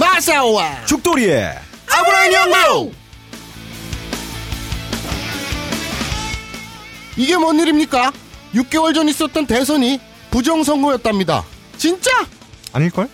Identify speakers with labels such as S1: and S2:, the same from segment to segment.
S1: 아싸와
S2: 죽돌이의
S1: 아브라인 연구 이게 뭔 일입니까? 6개월 전 있었던 대선이 부정선거였답니다. 진짜?
S2: 아닐걸?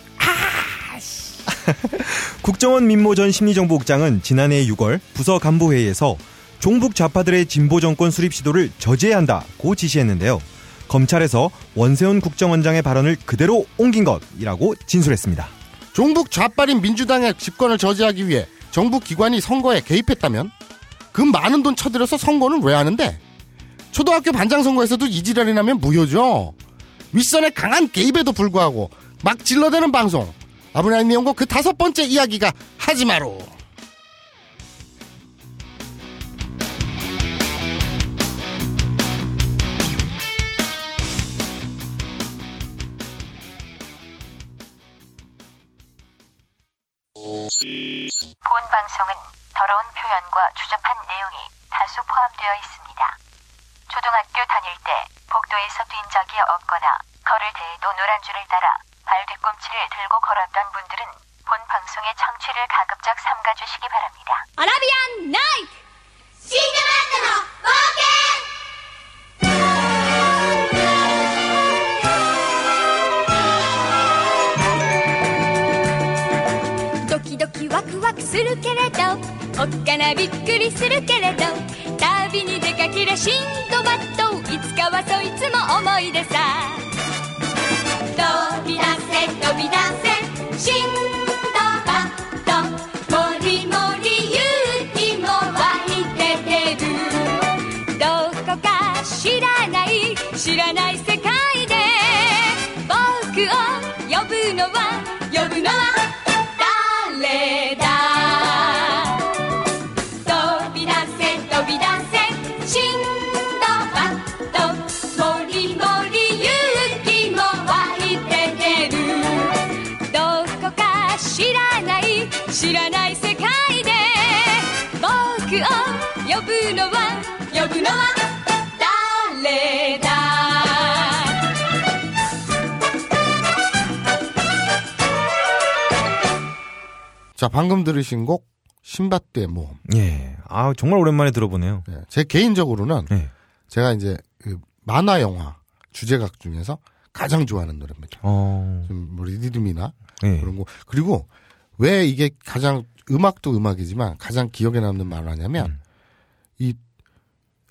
S2: 국정원 민모 전 심리정보국장은 지난해 6월 부서 간부회의에서 종북 좌파들의 진보 정권 수립 시도를 저지해야 한다고 지시했는데요. 검찰에서 원세훈 국정원장의 발언을 그대로 옮긴 것이라고 진술했습니다.
S1: 종북 좌빨인 민주당의 집권을 저지하기 위해 정부 기관이 선거에 개입했다면 그 많은 돈 쳐들여서 선거는 왜 하는데? 초등학교 반장 선거에서도 이 지랄이 나면 무효죠. 윗선의 강한 개입에도 불구하고 막 질러대는 방송. 아브라함 이용고 그 다섯 번째 이야기가 하지마로.
S3: 본 방송은 더러운 표현과 추접한 내용이 다수 포함되어 있습니다. 초등학교 다닐 때 복도에서 뛴 적이 없거나 걸을 때에도 노란 줄을 따라 발 뒤꿈치를 들고 걸었던 분들은 본 방송의 청취를 가급적 삼가주시기 바랍니다.
S4: 아라비안 나이트!ドキドキワクワクするけれどおっかなびっくりするけれど旅に出かけりゃシンドバッドいつかはそいつも思い出さ飛び出せ飛び出せシンドバッドもりもり勇気も湧いて出るどこか知らない知らない世界で僕を呼ぶのは呼ぶのは誰だ飛び出せ飛び出せシンドバッドもりもり勇気も湧いて出るどこか知らない知らない世界で僕を呼ぶのは呼ぶのは誰だ
S1: 자, 방금 들으신 곡 신밧드의 모험.
S2: 예. 아, 정말 오랜만에 들어보네요.
S1: 예, 제 개인적으로는
S2: 예.
S1: 제가 이제 그 만화 영화 주제각 중에서 가장 좋아하는 노래입니다.
S2: 어.
S1: 좀뭐 리듬이나
S2: 예.
S1: 그런 거 그리고 왜 이게 가장 음악도 음악이지만 가장 기억에 남는 만화냐면
S2: 음.
S1: 이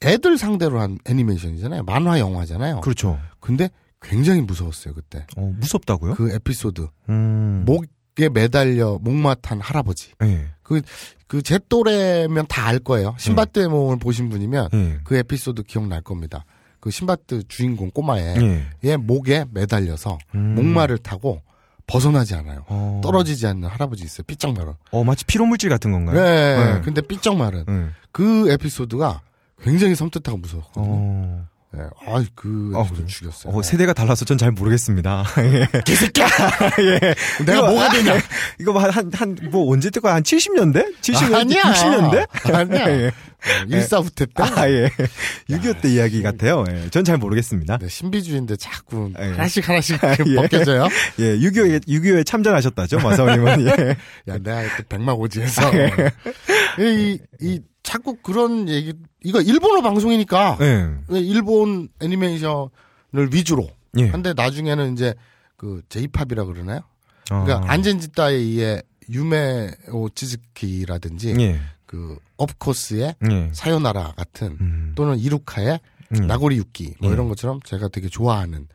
S1: 애들 상대로 한 애니메이션이잖아요 만화 영화잖아요
S2: 그렇죠.
S1: 근데 굉장히 무서웠어요 그때
S2: 어, 무섭다고요?
S1: 그 에피소드
S2: 음.
S1: 목에 매달려 목마탄 할아버지
S2: 예.
S1: 그 제 또래면 다 알 거예요 신밧드의 몸을 보신 분이면
S2: 예.
S1: 그 에피소드 기억날 겁니다 그 신밧드 주인공 꼬마에
S2: 예.
S1: 얘 목에 매달려서
S2: 음.
S1: 목마를 타고 벗어나지 않아요
S2: 어.
S1: 떨어지지 않는 할아버지 있어요 삐쩍 마른
S2: 어, 마치 피로물질 같은 건가요?
S1: 네,
S2: 네.
S1: 근데 삐쩍 말은
S2: 예.
S1: 그 에피소드가 굉장히 섬뜩하고 무서웠거든요.
S2: 어.
S1: 예, 아이 그
S2: 아,
S1: 에피소드
S2: 그래요?
S1: 죽였어요. 네.
S2: 어, 세대가 달라서 전 잘 모르겠습니다. 예.
S1: 개새끼야.
S2: 예.
S1: 내가
S2: 이거-
S1: 뭐가 되냐?
S2: 이거 한, 한, 한, 뭐, 언제 때거 한 70년대? 70년대?
S1: 아니야.
S2: 60년대? 예,
S1: 아니야. 네, 일사후퇴 때.
S2: 아, 예. 6.25때 이야기 같아요. 예. 전 잘 모르겠습니다.
S1: 네, 신비주의인데 자꾸
S2: 예.
S1: 하나씩 하나씩
S2: 예.
S1: 벗겨져요.
S2: 예, 6.25에, 6.25에 참전하셨다죠, 마사오님은. 예.
S1: 야, 내가 그때 백마고지에서
S2: 아,
S1: 이, 이 자꾸 그런 얘기 이거 일본어 방송이니까 네,
S2: 예.
S1: 일본 애니메이션을 위주로
S2: 예.
S1: 근데 나중에는 이제 그 J-팝이라 그러나요? 그러니까
S2: 아.
S1: 안젠지따에 의해 유메오 치즈키라든지
S2: 예.
S1: 그 업코스의
S2: 예.
S1: 사요나라 같은
S2: 음.
S1: 또는 이루카의
S2: 예.
S1: 나고리 유키 뭐
S2: 예.
S1: 이런 것처럼 제가 되게 좋아하는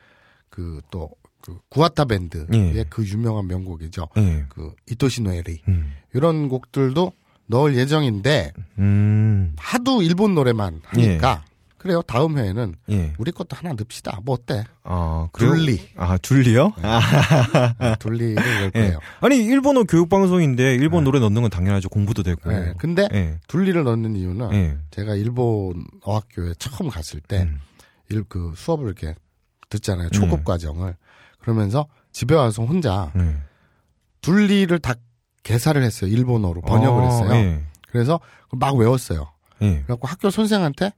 S1: 그 또 그 구아타 밴드의
S2: 예.
S1: 그 유명한 명곡이죠.
S2: 예.
S1: 그 이토시노에리
S2: 음.
S1: 이런 곡들도 넣을 예정인데
S2: 음.
S1: 하도 일본 노래만 하니까 그래요. 다음 회에는
S2: 예.
S1: 우리 것도 하나 넣읍시다. 뭐 어때?
S2: 아, 그래요?
S1: 둘리. 네.
S2: 아, 둘리요? 아,
S1: 둘리를 넣을
S2: 예.
S1: 거예요.
S2: 아니, 일본어 교육방송인데, 일본
S1: 네.
S2: 노래 넣는 건 당연하죠. 공부도 되고.
S1: 예. 근데
S2: 예.
S1: 둘리를 넣는 이유는
S2: 예.
S1: 제가 일본 어학교에 처음 갔을 때,
S2: 음.
S1: 일, 그 수업을 이렇게 듣잖아요. 초급 과정을. 그러면서 집에 와서 혼자
S2: 예.
S1: 둘리를 다 개사를 했어요. 일본어로 번역을
S2: 아,
S1: 했어요. 네.
S2: 예.
S1: 그래서 막 외웠어요.
S2: 예.
S1: 그래갖고 학교 선생한테,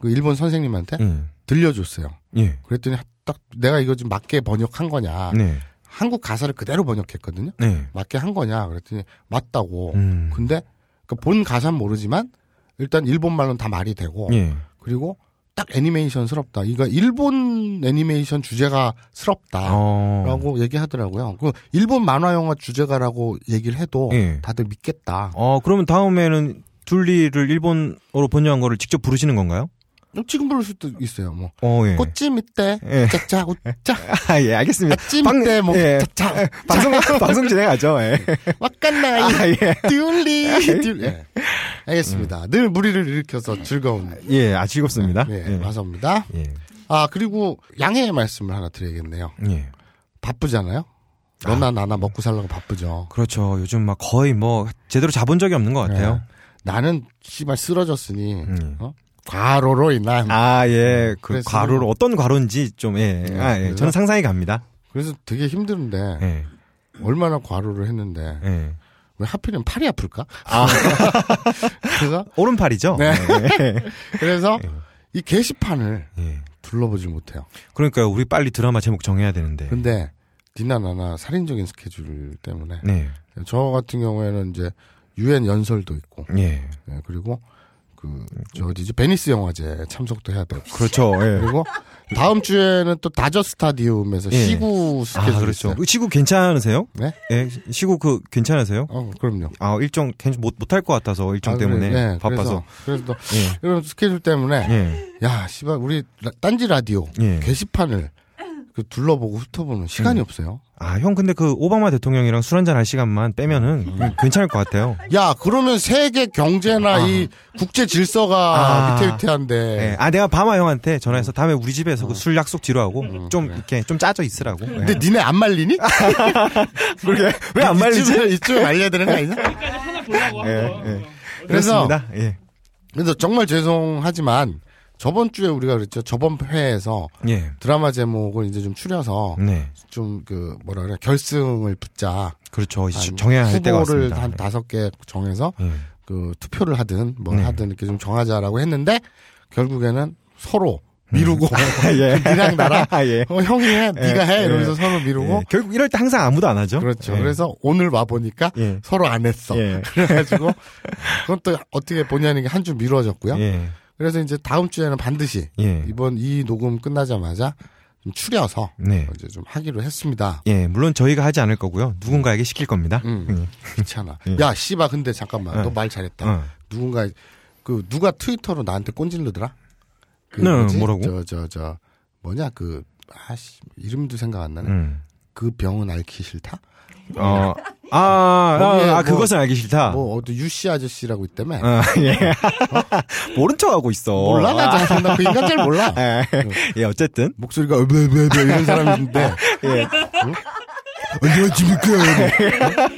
S1: 그 일본 선생님한테
S2: 예.
S1: 들려줬어요.
S2: 예.
S1: 그랬더니 딱 내가 이거 좀 맞게 번역한 거냐.
S2: 네.
S1: 한국 가사를 그대로 번역했거든요.
S2: 네.
S1: 맞게 한 거냐 그랬더니 맞다고.
S2: 음.
S1: 근데 그 본 가사는 모르지만 일단 일본 말로는 다 말이 되고
S2: 예.
S1: 그리고 딱 애니메이션스럽다. 이거 일본 애니메이션 주제가스럽다라고
S2: 어.
S1: 얘기하더라고요. 그 일본 만화 영화 주제가라고 얘기를 해도
S2: 예.
S1: 다들 믿겠다.
S2: 어, 그러면 다음에는 둘리를 일본어로 번역한 거를 직접 부르시는 건가요?
S1: 지금 부를 수도 있어요. 뭐
S2: 어, 예.
S1: 꽃집 밑에
S2: 예.
S1: 짜짜 우짜
S2: 아, 예, 알겠습니다.
S1: 꽃집 밑에 뭐
S2: 예.
S1: 짜짜
S2: 방송, 방송 진행하죠, 예.
S1: 왁간나이
S2: 아, 예.
S1: 듀리 듀리. 예. 알겠습니다. 늘 무리를 일으켜서 즐거운
S2: 예, 아, 즐겁습니다.
S1: 예,
S2: 예.
S1: 마사입니다.
S2: 예.
S1: 아 그리고 양해의 말씀을 하나 드려야겠네요.
S2: 예.
S1: 바쁘잖아요. 너나 나나 먹고 살려고 바쁘죠.
S2: 그렇죠. 요즘 막 거의 뭐 제대로 잡은 적이 없는 것 같아요.
S1: 예. 나는 씨발 쓰러졌으니
S2: 음.
S1: 어? 과로로 인한
S2: 아, 예. 그
S1: 네. 그래서- 네,
S2: 과로를 어떤 과로인지 좀, 예. 아,
S1: 그래서-
S2: 예.
S1: 네.
S2: 저는 상상이 갑니다.
S1: 그래서 되게 힘든데
S2: 예.
S1: 얼마나 과로를 했는데
S2: 예.
S1: 왜 하필이면 팔이 아플까? 그래서
S2: 오른팔이죠?
S1: 네.
S2: 예.
S1: 그래서 이 게시판을
S2: 예.
S1: 둘러보질 못해요.
S2: 그러니까 우리 빨리 드라마 제목 정해야 되는데.
S1: 근데 니나 나나 살인적인 스케줄 때문에
S2: 네.
S1: 저 같은 경우에는 이제 유엔 연설도 있고
S2: 예.
S1: 예, 그리고 그 저 어디지 베니스 영화제 참석도 해야 되고
S2: 그렇죠. 예.
S1: 그리고 다음 주에는 또 다저 스타디움에서
S2: 예.
S1: 시구
S2: 아,
S1: 스케줄
S2: 그렇죠.
S1: 있어요.
S2: 시구 괜찮으세요?
S1: 네?
S2: 예. 시구 그 괜찮으세요?
S1: 어, 그럼요.
S2: 아, 일정 괜히 못 못할 것 같아서 일정
S1: 아, 그래,
S2: 때문에
S1: 예,
S2: 바빠서.
S1: 그래서, 그래서 또 이런 스케줄 때문에
S2: 예.
S1: 야, 씨발 우리 라- 딴지 라디오
S2: 예.
S1: 게시판을 그 둘러보고 훑어보는 시간이 없어요.
S2: 아, 형 근데 그 오바마 대통령이랑 술 한잔 할 시간만 빼면은 괜찮을 것 같아요.
S1: 야, 그러면 세계 경제나 이 국제 질서가
S2: 아.
S1: 위태위태한데
S2: 예. 아, 내가 밤아 형한테 전화해서 다음에 우리 집에서 그 술 약속 뒤로하고 좀 이렇게 좀 짜져 있으라고.
S1: 음. 네.
S2: 예.
S1: 근데 니네 안 말리니?
S2: 그러게 왜 안 말리지?
S1: 이쯤에, 이쯤에 말려야 되는 거 아니냐?
S2: 예. 예.
S1: 그래서-
S2: 그렇습니다. 예.
S1: 그래서 정말 죄송하지만 저번 주에 우리가 그랬죠. 저번 회에서
S2: 예.
S1: 드라마 제목을 이제 좀 추려서
S2: 네.
S1: 좀 그 뭐라 그래 결승을 붙자
S2: 그렇죠. 이제 정해야 할 때가
S1: 후보를
S2: 왔습니다.
S1: 한 다섯 개 정해서
S2: 예.
S1: 그 투표를 하든 뭘
S2: 네.
S1: 하든 이렇게 좀 정하자라고 했는데 결국에는 서로 미루고 니랑 나랑
S2: 아, 음. 예.
S1: 어, 형이 해, 네가 해 이러면서 서로 미루고
S2: 예. 결국 이럴 때 항상 아무도 안 하죠.
S1: 그렇죠.
S2: 예.
S1: 그래서 오늘 와 보니까
S2: 예.
S1: 서로 안 했어.
S2: 예.
S1: 그래가지고 그건 또 어떻게 본의 아니게 한 주 미뤄졌고요.
S2: 예.
S1: 그래서 이제 다음 주에는 반드시
S2: 예.
S1: 이번 이 녹음 끝나자마자 좀 추려서
S2: 네.
S1: 이제 좀 하기로 했습니다.
S2: 예, 물론 저희가 하지 않을 거고요. 누군가에게 시킬 겁니다.
S1: 음. 귀찮아.
S2: 예.
S1: 야 씨발 근데 잠깐만
S2: 예.
S1: 너 말 잘했다.
S2: 어.
S1: 누군가 그 누가 트위터로 나한테 꼰질르더라. 그
S2: 네,
S1: 뭐지?
S2: 뭐라고?
S1: 저 저 저 뭐냐 그 아씨 이름도 생각 안 나네.
S2: 음.
S1: 그 병은 앓기 싫다.
S2: 어. 아, 아,
S1: 거기에
S2: 아,
S1: 뭐-
S2: 그것은 알기 싫다.
S1: 뭐 어디 유씨 아저씨라고 있다며.
S2: 어, 예. 모른 척하고 있어.
S1: 몰라 나
S2: 아.
S1: 잘- 나그 인간 잘 몰라.
S2: 예. 예, 어쨌든.
S1: 목소리가 으베베베 이런 사람인데
S2: 예.
S1: 안녕하십니까.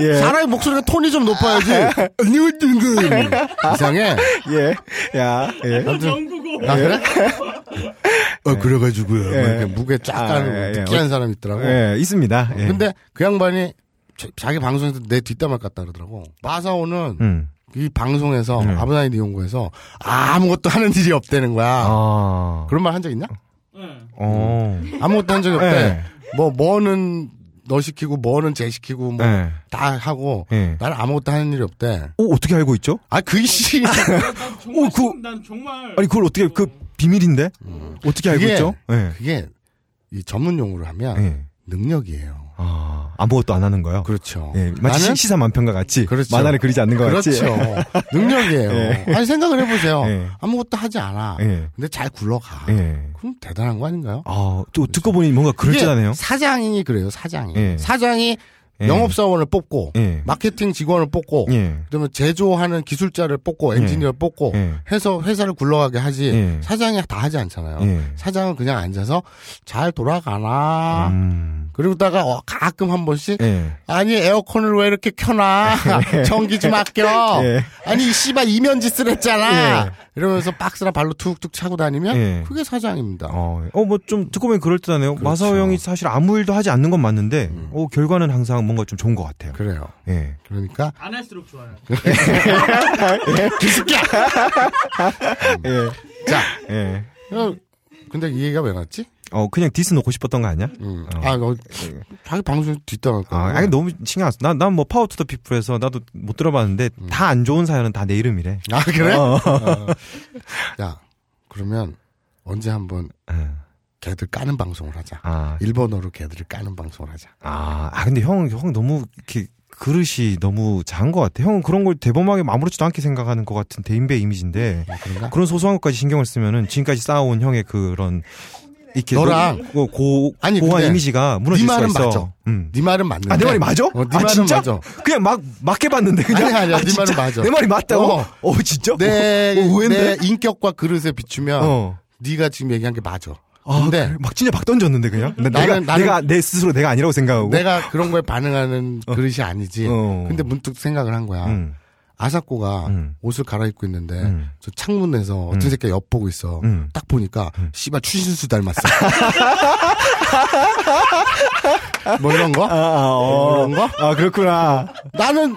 S2: 예.
S1: 사람의 목소리가 톤이 좀 높아야지. 안녕하십니까. 뭐. 이상해.
S2: 예. 야, 예.
S1: 영국어. 아 그래? 어 그래가지고요. 뭐 이렇게 무게 쫙
S2: 아,
S1: 가는
S2: 예, 예.
S1: 느끼한 사람 이 있더라고.
S2: 예, 있습니다. 예.
S1: 근데 그 양반이 자- 자기 방송에서 내 뒷담화 같다 그러더라고. 마사오는
S2: 음. 예.
S1: 이 방송에서 아브나이 니용고에서 아무것도 하는 일이 없다는 거야.
S2: 아.
S1: 그런 말 한 적 있냐?
S2: 어.
S1: 아무것도 한 적이 없대.
S2: 예.
S1: 뭐 뭐는 너 시키고 뭐는 쟤 시키고 뭐 다
S2: 예.
S1: 하고
S2: 예.
S1: 나는 아무것도 하는 일이 없대.
S2: 오, 어떻게 알고 있죠?
S1: 아 그게 씨
S2: 오, 그
S5: 난 정말
S2: 아니 그걸 어떻게 그 비밀인데? 어떻게
S1: 음.
S2: 알고
S1: 그게- 아.
S2: 있죠? 예.
S1: 그게 이 전문 용어로 하면
S2: 예.
S1: 능력이에요.
S2: 아, 아무것도 안 하는 거요.
S1: 그렇죠.
S2: 예, 마치
S1: 나는
S2: 시사 만편과 같이
S1: 그렇죠.
S2: 만화를 그리지 않는 것 같이.
S1: 그렇죠. 능력이에요. 아니 생각을 해보세요.
S2: 예.
S1: 아무것도 하지 않아.
S2: 예.
S1: 근데 잘 굴러가.
S2: 예.
S1: 그럼 대단한 거 아닌가요?
S2: 아,
S1: 그렇죠.
S2: 또 듣고 보니 뭔가 그럴듯하네요.
S1: 이게 사장이 그래요. 사장이.
S2: 예.
S1: 사장이
S2: 예.
S1: 영업사원을 뽑고
S2: 예.
S1: 마케팅 직원을 뽑고
S2: 예.
S1: 그다음에 제조하는 기술자를 뽑고 엔지니어를 뽑고
S2: 예.
S1: 해서 회사를 굴러가게 하지
S2: 예.
S1: 사장이 다 하지 않잖아요.
S2: 예.
S1: 사장은 그냥 앉아서 잘 돌아가나
S2: 음.
S1: 그러다가 어, 가끔 한 번씩
S2: 예.
S1: 아니 에어컨을 왜 이렇게 켜놔 전기 좀 아껴
S2: 예.
S1: 아니 이 씨발 이면지 쓰랬잖아
S2: 예.
S1: 이러면서 박스나 발로 툭툭 차고 다니면
S2: 예.
S1: 그게 사장입니다
S2: 어, 어, 뭐 좀 듣고 보니 그럴듯하네요.
S1: 그렇죠.
S2: 마사오 형이 사실 아무 일도 하지 않는 건 맞는데, 어, 결과는 항상 뭔가 좀 좋은 것 같아요.
S1: 음. 그래요
S2: 예.
S1: 그러니까
S5: 안 할수록 좋아요.
S2: 예.
S1: 자
S2: 예.
S1: 어, 근데 이 얘기가 왜 났지?
S2: 예. 어 그냥 디스 놓고 싶었던 거 아니야?
S1: 음.
S2: 어.
S1: 아, 너, 자기 방송 뒷담할 거.
S2: 아, 아니 너무 신경 안 써. 난 난 뭐 파워 투더 피플에서 나도 못 들어봤는데
S1: 음.
S2: 다 안 좋은 사연은 다 내 이름이래.
S1: 아, 그래?
S2: 어.
S1: 야, 그러면 언제 한번 걔들 까는 방송을 하자.
S2: 예. 아,
S1: 일본어로 걔들을 까는 방송을 하자.
S2: 아, 아 근데 형, 형 너무 이렇게 그릇이 너무 작은 것 같아. 형은 그런 걸 대범하게 아무렇지도 않게 생각하는 것 같은 대인배 이미지인데
S1: 아, 그런가?
S2: 그런 소소한 것까지 신경을 쓰면은 지금까지 쌓아온 형의 그런 이렇게
S1: 너랑
S2: 너무 고, 고
S1: 아니,
S2: 고한
S1: 근데
S2: 이미지가 무너질
S1: 네
S2: 수가
S1: 말은
S2: 있어.
S1: 맞아.
S2: 음.
S1: 네 말은 맞는데.
S2: 아, 내 말이 맞아?
S1: 어, 네
S2: 아,
S1: 말은
S2: 진짜?
S1: 맞아.
S2: 그냥 막, 맞게 봤는데, 그냥.
S1: 아니야, 아니야. 네
S2: 진짜?
S1: 말은 맞아.
S2: 내 말이 맞다고?
S1: 어. 네.
S2: 어, 진짜?
S1: 내,
S2: 어, 의외인데?
S1: 내 인격과 그릇에 비추면
S2: 어.
S1: 네가 지금 얘기한 게 맞아.
S2: 아,
S1: 근데
S2: 그래? 막 진짜 막 던졌는데, 그냥? 나,
S1: 네. 나는-
S2: 내가,
S1: 나는- 네.
S2: 내가, 내 스스로 내가 아니라고 생각하고.
S1: 내가 그런 거에 반응하는 그릇이 아니지.
S2: 어.
S1: 근데 문득 생각을 한 거야.
S2: 음,
S1: 아사코가
S2: 음.
S1: 옷을 갈아입고 있는데
S2: 음.
S1: 저 창문에서 어떤 새끼가 엿보고 있어.
S2: 음.
S1: 딱 보니까 씨발 추신수 닮았어. 뭐 이런 거?
S2: 아, 아, 어.
S1: 그런 거?
S2: 아, 그렇구나.
S1: 나는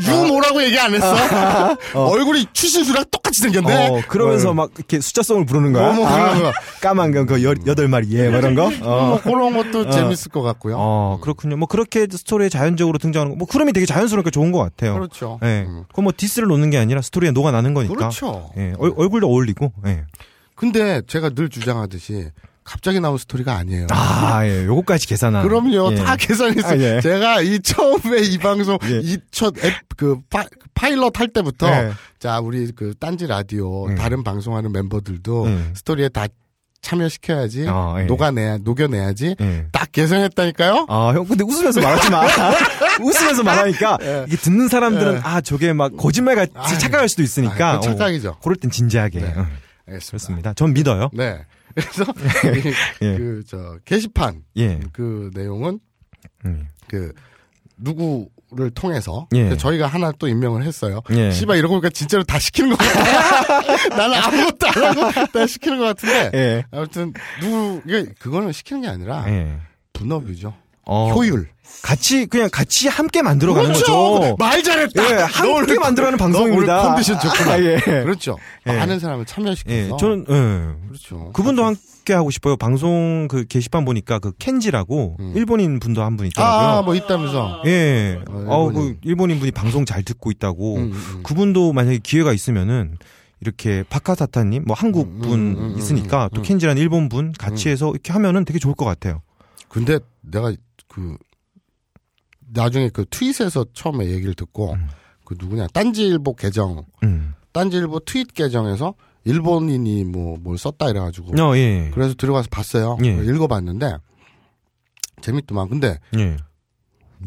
S1: 유모라고 얘기 안 했어. 얼굴이 추신수랑 똑같이 생겼네.
S2: 어, 그러면서 막 이렇게 숫자성을 부르는 거야.
S1: 어머,
S2: 아,
S1: 그런 거.
S2: 까만 건 그 여덟 마리 예, 뭐 이런 거.
S1: 뭐
S2: 어.
S1: 그런 것도 재밌을 것 같고요.
S2: 어, 그렇군요. 뭐 그렇게 스토리에 자연적으로 등장하는 거. 뭐 흐름이 되게 자연스러우니까 좋은 것 같아요.
S1: 그렇죠.
S2: 예.
S1: 음.
S2: 그뭐 디스를 놓는 게 아니라 스토리에 녹아나는 거니까.
S1: 그렇죠.
S2: 예. 얼, 얼굴도 어울리고. 예.
S1: 근데 제가 늘 주장하듯이 갑자기 나온 스토리가 아니에요.
S2: 아, 예. 요거까지 계산하는.
S1: 그럼요.
S2: 예.
S1: 다 계산했어요.
S2: 아, 예.
S1: 제가 이 처음에 이 방송
S2: 예.
S1: 이첫 그 파, 파일럿 할 때부터
S2: 예.
S1: 자 우리 그 딴지 라디오 다른 방송하는 멤버들도
S2: 음.
S1: 스토리에 다 참여시켜야지
S2: 아, 예.
S1: 녹아내야 녹여내야지
S2: 예.
S1: 딱 계산했다니까요.
S2: 아, 형, 근데 웃으면서 말하지 마. 웃으면서 말하니까, 이게 듣는 사람들은, 아, 저게 막 거짓말 같이
S1: 예. 아이,
S2: 착각할 수도 있으니까.
S1: 아이, 그건 착각이죠.
S2: 어, 그럴 땐 진지하게.
S1: 네.
S2: 어,
S1: 알겠습니다.
S2: 그렇습니다. 전 믿어요.
S1: 네. 그래서
S2: 예.
S1: 그 저 게시판
S2: 예.
S1: 그 내용은
S2: 음.
S1: 그 누구를 통해서
S2: 예.
S1: 그래서 저희가 하나 또 임명을 했어요.
S2: 예.
S1: 씨발 이러고 보니까 진짜로 다 시키는 것 같아. 나는 아무것도 안 하고 다 시키는 것 같은데.
S2: 예.
S1: 아무튼 누구 이게 그거는 시키는 게 아니라
S2: 예.
S1: 분업이죠.
S2: 어,
S1: 효율. 그렇죠.
S2: 같이, 그냥 같이 함께 만들어가는 거죠.
S1: 말 잘했다.
S2: 예,
S1: 너
S2: 함께
S1: 오늘-
S2: 만들어가는
S1: 너 오늘
S2: 방송입니다.
S1: 컨디션 어. 좋구나.
S2: 아, 예.
S1: 그렇죠.
S2: 예.
S1: 많은 사람을
S2: 예,
S1: 참여시켜서.
S2: 저는, 예.
S1: 그렇죠.
S2: 그분도 함께 하고 싶어요. 방송 그 게시판 보니까 그 켄지라고 일본인 분도 한 분 있더라고요.
S1: 음. 아, 아, 뭐 있다면서.
S2: 예.
S1: 맞아요.
S2: 어, 그
S1: 일본인.
S2: 일본인 분이 방송 잘 듣고 있다고.
S1: 음, 음, 음.
S2: 그분도 만약에 기회가 있으면은 이렇게 바카사타님, 뭐 한국 분
S1: 음, 음, 음,
S2: 있으니까 또 켄지란 일본 분 같이 해서 이렇게 하면은 되게 좋을 것 같아요.
S1: 근데 내가 그 나중에 그 트윗에서 처음에 얘기를 듣고 그 누구냐 딴지일보 계정
S2: 음.
S1: 딴지일보 트윗 계정에서 일본인이 뭐 뭘 썼다 이래가지고
S2: 어, 예.
S1: 그래서 들어가서 봤어요
S2: 예.
S1: 읽어봤는데 재밌더만 근데
S2: 예.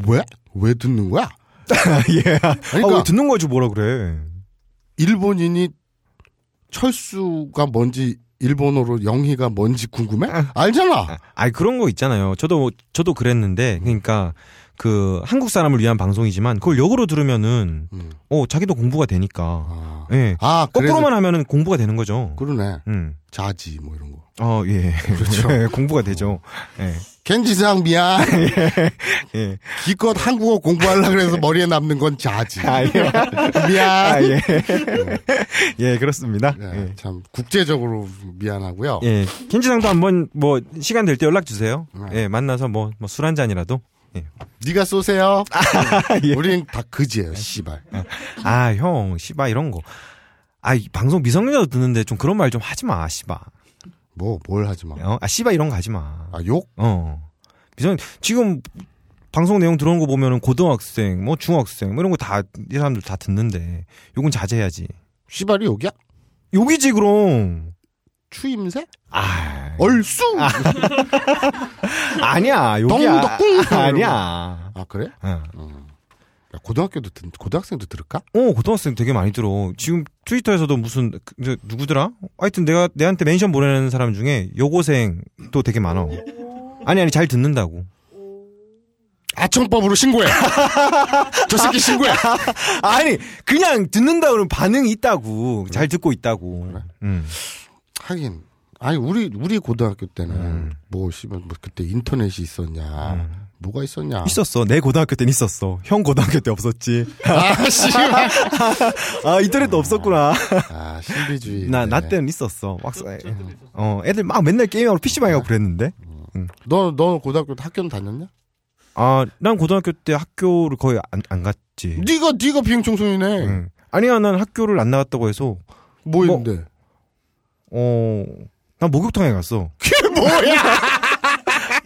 S1: 왜? 왜 듣는 거야?
S2: 예. 아,
S1: 그러니까
S2: 왜 듣는 거지 뭐라 그래.
S1: 일본인이 철수가 뭔지 일본어로 영희가 뭔지 궁금해? 알잖아
S2: 아니 그런 거 있잖아요. 저도
S1: 음.
S2: 저도 그랬는데 그러니까 그 한국 사람을 위한 방송이지만 그걸 역으로 들으면은
S1: 음.
S2: 어 자기도 공부가 되니까.
S1: 아,
S2: 예.
S1: 아 그래서
S2: 거꾸로만 하면은 공부가 되는 거죠.
S1: 그러네
S2: 음.
S1: 자지 뭐 이런 거
S2: 어, 예.
S1: 그렇죠.
S2: 예, 공부가 되죠. 예.
S1: 겐지상 미안
S2: 예.
S1: 기껏 한국어 공부하려고 그래서 머리에 남는 건 자지.
S2: 네. 아, 예.
S1: 미안.
S2: 아, 예. 예, 그렇습니다.
S1: 네, 참 국제적으로 미안하고요.
S2: 예. 예. 김지상도 한번 뭐 시간 될 때 연락 주세요.
S1: 네.
S2: 예, 만나서 뭐 술 한 잔이라도. 예.
S1: 네가 쏘세요.
S2: 예.
S1: 우린 다 그지예요, 씨발.
S2: 아, 형, 씨바 이런 거. 아, 이 방송 미성년자도 듣는데 좀 그런 말 좀 하지 마, 씨바.
S1: 뭐 뭘 하지 마.
S2: 어? 아, 씨바 이런 거 하지 마.
S1: 아, 욕?
S2: 어. 미성 지금 방송 내용 들어온 거 보면은 고등학생, 뭐 중학생 뭐 이런 거 다 이 사람들 다 듣는데 요건 자제해야지.
S1: 씨발이 욕이야?
S2: 욕이지 그럼.
S1: 추임새?
S2: 아,
S1: 얼쑤.
S2: 아니야. 욕이야.
S1: 덩덕꿍!
S2: 아니야.
S1: 아, 그래?
S2: 어.
S1: 야, 고등학교도 듣 고등학생도 들을까?
S2: 어, 고등학생 되게 많이 들어. 지금 트위터에서도 무슨 그, 저, 누구더라? 하여튼 내가 내한테 멘션 보내는 사람 중에 여고생도 되게 많아. 아니 아니 잘 듣는다고.
S1: 아청법으로 신고해. 저 새끼 신고해.
S2: 아니 그냥 듣는다 그러면 반응이 있다고. 잘 듣고 있다고. 음.
S1: 하긴 아니 우리 우리 고등학교 때는
S2: 음.
S1: 뭐 씨발 뭐 그때 인터넷이 있었냐. 뭐가 있었냐.
S2: 아. 있었어. 내 고등학교 땐 있었어. 형 고등학교 때 없었지.
S1: 아, 씨발.
S2: 아 네. 인터넷도 없었구나.
S1: 아, 아, 신비주의.
S2: 나, 나 때는 있었어. 왁스. 어, 애들 막 맨날 게임하고 PC방에 가고 그랬는데.
S1: 너, 너 고등학교 때 학교는 다녔냐?
S2: 아, 난 고등학교 때 학교를 거의 안, 안 갔지.
S1: 네가 네가 비행청소년이네.
S2: 응. 아니야, 난 학교를 안 나갔다고 해서,
S1: 뭐 했는데?
S2: 어, 난 목욕탕에 갔어.
S1: 그게 뭐야?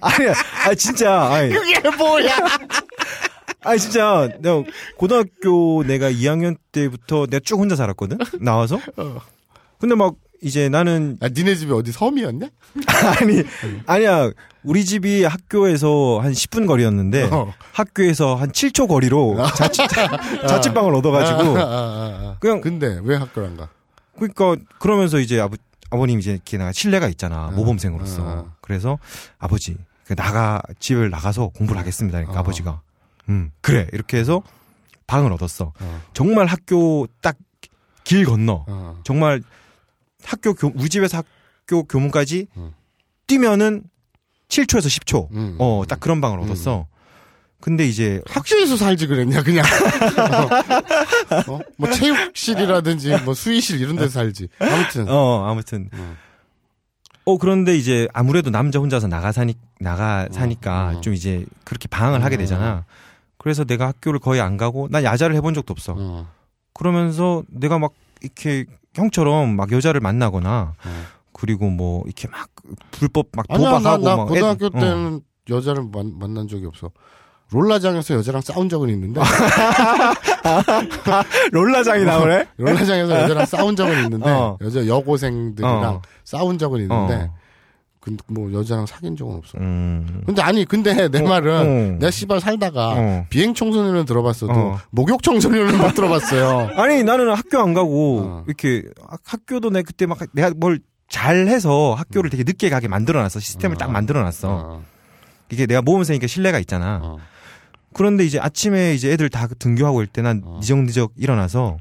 S2: 아니야, 아, 진짜. 아니,
S1: 그게 뭐야?
S2: 아니, 진짜. 내가 고등학교 내가 2학년 때부터 내가 쭉 혼자 살았거든? 나와서?
S1: 어.
S2: 근데 막, 이제 나는
S1: 아, 니네 집이 어디 섬이었냐?
S2: 아니 아니야 우리 집이 학교에서 한 10분 거리였는데
S1: 어.
S2: 학교에서 한 7초 거리로 자취, 자취방을 얻어가지고
S1: 아, 아, 아, 아.
S2: 그냥-
S1: 근데 왜 학교를 안 가?
S2: 그러니까 그러면서 이제 아버 아버님 이제 이렇게 나 신뢰가 있잖아 모범생으로서
S1: 어.
S2: 그래서 아버지 그 나가 집을 나가서 공부를 하겠습니다 그러니까
S1: 어.
S2: 아버지가 음 그래 이렇게 해서 방을 얻었어
S1: 어.
S2: 정말 학교 딱 길 건너
S1: 어.
S2: 정말 학교 교, 우리 집에서 학교 교문까지
S1: 음.
S2: 뛰면은 7초에서 10초.
S1: 음.
S2: 어, 딱 그런 방을 얻었어. 근데 이제
S1: 학교에서 살지 그랬냐 그냥 어? 어? 뭐 체육실이라든지 뭐 수의실 이런 데서 살지 아무튼
S2: 어, 아무튼
S1: 음.
S2: 어 그런데 이제 아무래도 남자 혼자서 나가 사니 나가 사니까
S1: 음.
S2: 좀 이제 그렇게 방황을 하게 되잖아. 그래서 내가 학교를 거의 안 가고 난 야자를 해본 적도 없어.
S1: 어.
S2: 그러면서 내가 막 이렇게 형처럼 막 여자를 만나거나
S1: 음.
S2: 그리고 뭐 이렇게 막 불법 막
S1: 아니야
S2: 도박하고
S1: 나, 나
S2: 막
S1: 고등학교
S2: 애들- 어.
S1: 때는 여자를 만, 만난 적이 없어 롤라장에서 여자랑 싸운 적은 있는데
S2: 롤라장이 나오네.
S1: 롤라장에서 여자랑 싸운 적은 있는데
S2: 어.
S1: 여자 여고생들이랑
S2: 어.
S1: 싸운 적은 있는데
S2: 어.
S1: 근데 뭐 여자랑 사귄 적은 없어
S2: 음.
S1: 근데 아니 근데 내
S2: 어,
S1: 말은
S2: 어.
S1: 내가 씨발 살다가
S2: 어.
S1: 비행 청소년은 들어봤어도
S2: 어.
S1: 목욕 청소년은 못 들어봤어요
S2: 아니 나는 학교 안 가고
S1: 어.
S2: 이렇게 학- 학교도 내 그때 막 내가 뭘 잘해서 학교를 되게 늦게 가게 만들어놨어
S1: 음.
S2: 시스템을
S1: 어.
S2: 딱 만들어놨어
S1: 어.
S2: 이게 내가 모범생이니까 신뢰가 있잖아
S1: 어.
S2: 그런데 이제 아침에 이제 애들 다 등교하고 일 때 난
S1: 어.
S2: 니적니적 일어나서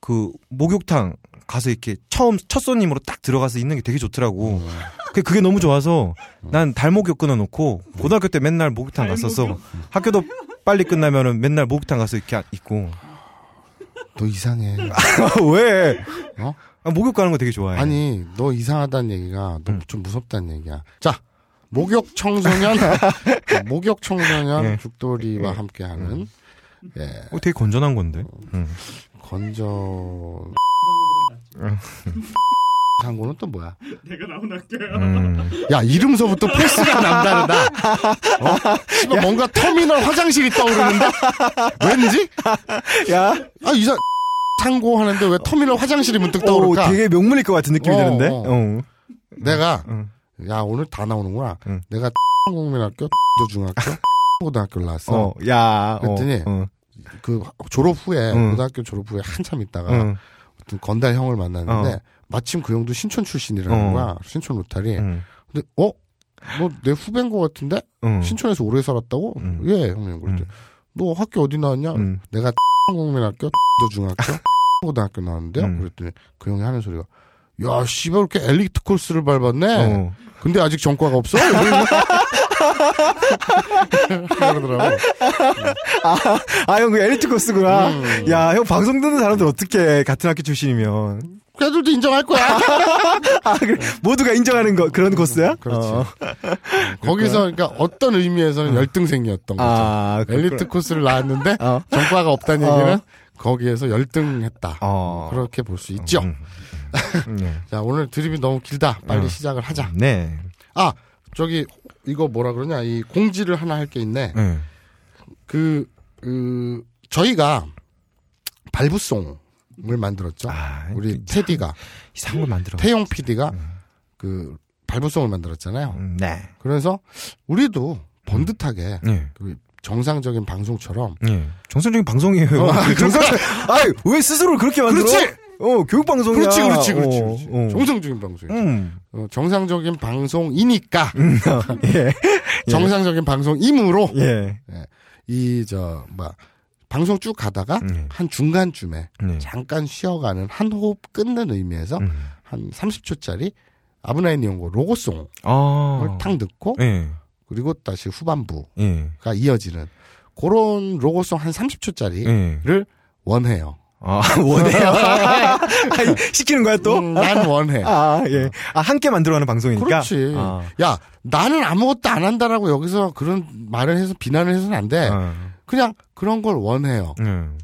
S2: 그 목욕탕 가서 이렇게 처음 첫 손님으로 딱 들어가서 있는 게 되게 좋더라고
S1: 어.
S2: 그- 그게 너무 좋아서 난 달목욕 끊어놓고
S1: 네.
S2: 고등학교 때 맨날 목욕탕 갔었어 학교도 빨리 끝나면은 맨날 목욕탕 가서 이렇게 있고
S1: 너 이상해
S2: 어. 왜
S1: 어?
S2: 아, 목욕 가는 거 되게 좋아해.
S1: 아니 너 이상하다는 얘기가 너무 좀 무섭다는 얘기야. 자 목욕 청소년 목욕 청소년
S2: 예.
S1: 죽돌이와 함께하는 예
S2: 어, 되게 건전한 건데.
S1: 음.
S2: 응.
S1: 건져 상고는 또 뭐야?
S5: 내가 나온 학교야.
S2: 음.
S1: 야 이름서부터 포스가 남다르다. 어? 씨발, 뭔가 터미널 화장실이 떠오르는데 왠지
S2: 야,
S1: 아 이상 상고 하는데 왜 터미널 화장실이 문득 떠오를까?
S2: 되게 명물일 것 같은 느낌이
S1: 어,
S2: 드는데.
S1: 어.
S2: 어.
S1: 내가
S2: 응.
S1: 야 오늘 다 나오는구나.
S2: 응.
S1: 내가 국민학교, 중학교, 고등학교를 나왔어.
S2: 어, 야, 어,
S1: 그랬더니
S2: 어,
S1: 그 졸업 후에
S2: 응.
S1: 고등학교 졸업 후에 한참 있다가
S2: 응,
S1: 어떤 건달 형을 만났는데
S2: 어.
S1: 마침 그 형도 신촌 출신이라는
S2: 어.
S1: 거야. 신촌 로타리.
S2: 응,
S1: 근데 어? 너 내 후배인 거 같은데?
S2: 응,
S1: 신촌에서 오래 살았다고?
S2: 응.
S1: 예, 형님.
S2: 음.
S1: 그랬더니 너 학교 어디 나왔냐?
S2: 응.
S1: 내가 국민학교, 중학교, 고등학교 나왔는데요.
S2: 응.
S1: 그랬더니 그 형이 하는 소리가 야, 씨발 그렇게 엘리트 코스를 밟았네.
S2: 어.
S1: 근데 아직 전과가 없어? 그러더라고.
S2: 아, 형, 그 엘리트 코스구나.
S1: 음.
S2: 야, 형, 방송 듣는 사람들 어떻게 같은 학교 출신이면.
S1: 그 애들도 인정할 거야.
S2: 아, 그래. 모두가 인정하는 거, 그런 코스야?
S1: 어. 음, 그렇지. 그렇죠.
S2: 어. 음.
S1: 거기서 그러니까 어떤 의미에서는 열등생이었던 거죠.
S2: 아,
S1: 엘리트 코스를 나왔는데
S2: 어.
S1: 전과가 없다는
S2: 어.
S1: 얘기는 거기에서 열등했다.
S2: 어.
S1: 그렇게 볼 수 있죠.
S2: 음. 네.
S1: 자 오늘 드립이 너무 길다.
S2: 어.
S1: 빨리 시작을 하자.
S2: 네.
S1: 아 저기 이거 뭐라 그러냐 이 공지를 하나 할 게 있네.
S2: 응.
S1: 그, 그 저희가 발부송을 만들었죠.
S2: 아,
S1: 우리 테디가
S2: 이상한 걸 만들어.
S1: 태용 PD가 그 발부송을 만들었잖아요.
S2: 음, 네.
S1: 그래서 우리도 번듯하게
S2: 네.
S1: 그 정상적인 방송처럼
S2: 예. 정상적인 방송이에요.
S1: 어, 아,
S2: 그 정상. 아유, 왜 스스로 그렇게 만들어?
S1: 그렇지!
S2: 어, 교육 방송이야.
S1: 그렇지 그렇지 그렇지,
S2: 어,
S1: 그렇지.
S2: 어.
S1: 정상적인 방송이죠.
S2: 음.
S1: 어, 정상적인 방송이니까
S2: 예.
S1: 정상적인 방송이므로
S2: 예.
S1: 이 저 뭐 방송 쭉 가다가
S2: 음.
S1: 한 중간쯤에
S2: 네.
S1: 잠깐 쉬어가는 한 호흡 끊는 의미에서
S2: 음.
S1: 한 30초짜리 아브나인 이용고 로고송을
S2: 아.
S1: 탁 넣고
S2: 예.
S1: 그리고 다시 후반부가
S2: 예.
S1: 이어지는 그런 로고송 한 30초짜리를
S2: 예.
S1: 원해요.
S2: 아, 원해요. 아니, 시키는 거야 또?
S1: 음, 난 원해.
S2: 아, 예. 아, 함께 만들어가는 방송이니까.
S1: 그렇지.
S2: 아,
S1: 야, 나는 아무것도 안 한다라고 여기서 그런 말을 해서 비난을 해서는 안 돼.
S2: 어,
S1: 그냥 그런 걸 원해요.
S2: 음,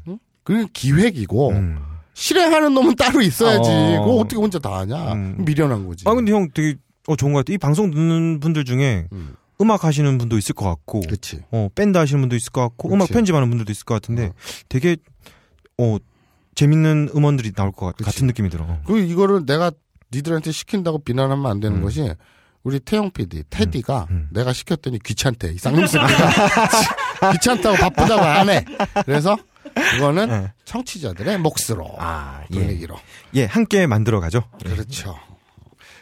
S1: 그게 기획이고
S2: 음.
S1: 실행하는 놈은 따로 있어야지.
S2: 어.
S1: 그거 어떻게 혼자 다 하냐?
S2: 음.
S1: 미련한 거지.
S2: 아, 근데 형 되게 어, 좋은 것 같아. 이 방송 듣는 분들 중에
S1: 음.
S2: 음악 하시는 분도 있을 것 같고,
S1: 그렇지.
S2: 어, 밴드 하시는 분도 있을 것 같고,
S1: 그치.
S2: 음악 편집하는 분들도 있을 것 같은데
S1: 어.
S2: 되게 어, 재밌는 음원들이 나올 것 같,
S1: 그치.
S2: 같은 느낌이 들어. 어.
S1: 그 이거를 내가 니들한테 시킨다고 비난하면 안 되는
S2: 음.
S1: 것이 우리 태영 PD, 테디가
S2: 음.
S1: 내가 시켰더니 귀찮대. 이 쌍놈새가 귀찮다고 바쁘다고 안 해. 그래서 그거는
S2: 예.
S1: 청취자들의 몫으로
S2: 아, 예.
S1: 돌리기로.
S2: 예, 함께 만들어 가죠.
S1: 그렇죠.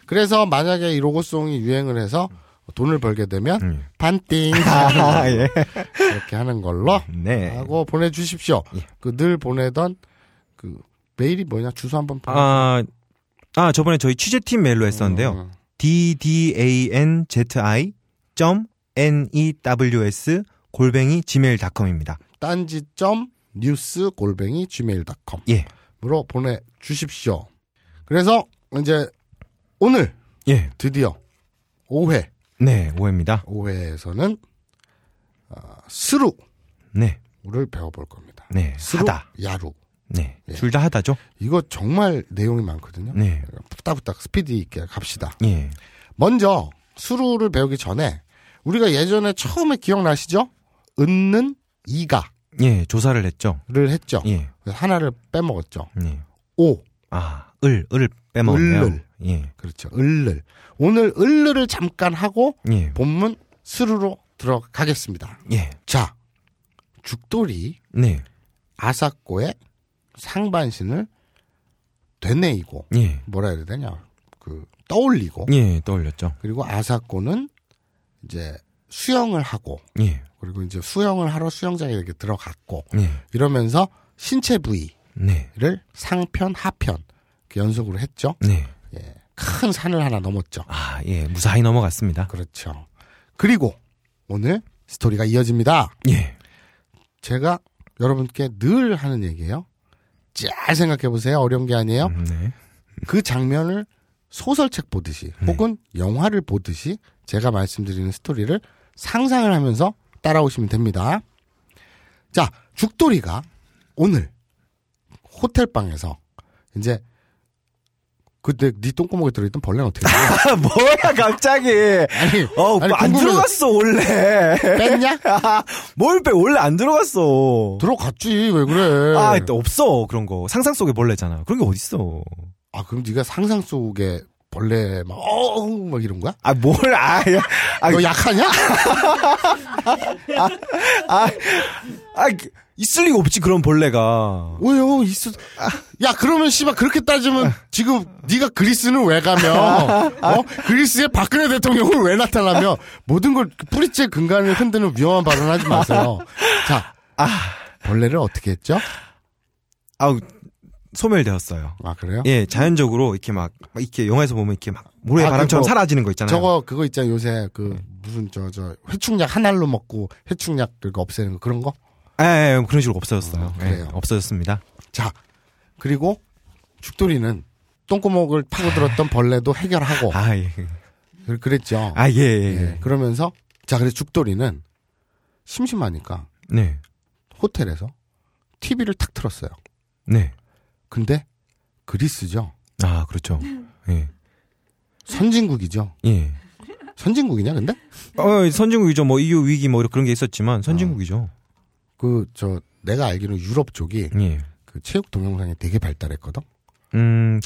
S1: 그래서 만약에 이 로고송이 유행을 해서 돈을 벌게 되면
S2: 음.
S1: 반띵
S2: 아, 예.
S1: 이렇게 하는 걸로
S2: 네.
S1: 하고 보내주십시오.
S2: 예.
S1: 그 늘 보내던 그 메일이 뭐냐 주소 한번 보내.
S2: 아, 아, 저번에 저희 취재팀 메일로 했었는데요.
S1: 음.
S2: ddanzi.news e 골뱅이 gmail.com입니다.
S1: 딴지 점 뉴스 골뱅이 gmail.com
S2: 예.
S1: 으로 보내주십시오. 그래서 이제 오늘
S2: 예.
S1: 드디어 5회
S2: 네, 오해입니다.
S1: 5회에서는 어, 스루를
S2: 네.
S1: 배워볼 겁니다.
S2: 네.
S1: 스루
S2: 하다.
S1: 야루
S2: 네.
S1: 예.
S2: 둘 다 하다죠?
S1: 이거 정말 내용이 많거든요.
S2: 네.
S1: 후딱후딱 스피디 있게 갑시다.
S2: 예.
S1: 먼저 수루를 배우기 전에 우리가 예전에 처음에 기억나시죠? 은는 이가를
S2: 예, 조사를 했죠.
S1: 했죠.
S2: 예.
S1: 하나를 빼먹었죠.
S2: 예.
S1: 오
S2: 아, 을, 을을 빼먹었네요.
S1: 을을.
S2: 예.
S1: 그렇죠. 을를 오늘 을를 잠깐 하고
S2: 예.
S1: 본문 수루로 들어가겠습니다.
S2: 예.
S1: 자 죽돌이
S2: 네.
S1: 아사코의 상반신을 되뇌이고
S2: 예.
S1: 뭐라 해야 되냐 그 떠올리고
S2: 예, 떠올렸죠.
S1: 그리고 아사코는 이제 수영을 하고
S2: 예.
S1: 그리고 이제 수영을 하러 수영장에 이렇게 들어갔고
S2: 예.
S1: 이러면서 신체 부위를
S2: 네.
S1: 상편 하편 이렇게 연속으로 했죠.
S2: 네.
S1: 예. 큰 산을 하나 넘었죠.
S2: 아, 예. 무사히 넘어갔습니다.
S1: 그렇죠. 그리고 오늘 스토리가 이어집니다.
S2: 예.
S1: 제가 여러분께 늘 하는 얘기예요. 잘 생각해 보세요. 어려운 게 아니에요.
S2: 음, 네.
S1: 그 장면을 소설책 보듯이
S2: 음.
S1: 혹은 영화를 보듯이 제가 말씀드리는 스토리를 상상을 하면서 따라오시면 됩니다. 자, 죽돌이가 오늘 호텔방에서 이제 그때 네 똥구멍에 들어있던 벌레는 어떻게 됐냐?
S2: 아, 뭐야, 갑자기.
S1: 아니,
S2: 어,
S1: 아니,
S2: 안
S1: 궁금해서
S2: 들어갔어, 원래.
S1: 뺐냐?
S2: 뭘 빼? 원래 안 들어갔어.
S1: 들어갔지 왜 그래?
S2: 아,
S1: 아,
S2: 일단 없어 그런 거. 상상 속에 벌레잖아. 그런 게 어딨어?
S1: 아, 그럼 네가 상상 속에 벌레 막 어우 막 이런 거야?
S2: 아, 뭘 아, 야, 아,
S1: 너 약하냐?
S2: 아, 있을 리가 없지 그런 벌레가.
S1: 왜요? 있어. 야 그러면 씨발 그렇게 따지면 지금 네가 그리스는 왜 가며? 어? 그리스의 박근혜 대통령은 왜 나타나며? 모든 걸 뿌리째 근간을 흔드는 위험한 발언하지 마세요. 자, 벌레를 어떻게 했죠?
S2: 아, 소멸되었어요.
S1: 아 그래요?
S2: 예, 자연적으로 이렇게 막, 막 이렇게 영화에서 보면 이렇게 막 모래
S1: 아,
S2: 바람처럼
S1: 그거-
S2: 사라지는 거 있잖아요.
S1: 저거 그거 있잖아 요새 그 무슨 저 저 회충약 한 알로 먹고 회충약 그거 없애는 거 그런 거?
S2: 예, 예, 그런 식으로 없어졌어요.
S1: 아,
S2: 예,
S1: 그래요.
S2: 없어졌습니다.
S1: 자 그리고 죽돌이는 똥구멍을 파고들었던 벌레도 해결하고
S2: 아, 예.
S1: 그랬죠.
S2: 아, 예, 예.
S1: 어. 예,
S2: 예.
S1: 그러면서 자 그래서 죽돌이는 심심하니까
S2: 네.
S1: 호텔에서 TV를 탁 틀었어요.
S2: 네.
S1: 근데 그리스죠.
S2: 아, 그렇죠. 예.
S1: 선진국이죠.
S2: 예.
S1: 선진국이냐 근데?
S2: 어, 선진국이죠. 뭐 EU 위기 뭐 그런 게 있었지만
S1: 아.
S2: 선진국이죠.
S1: 그 저 내가 알기로는 유럽 쪽이
S2: 예.
S1: 그 체육 동영상이 되게 발달했거든. 어,
S2: 음,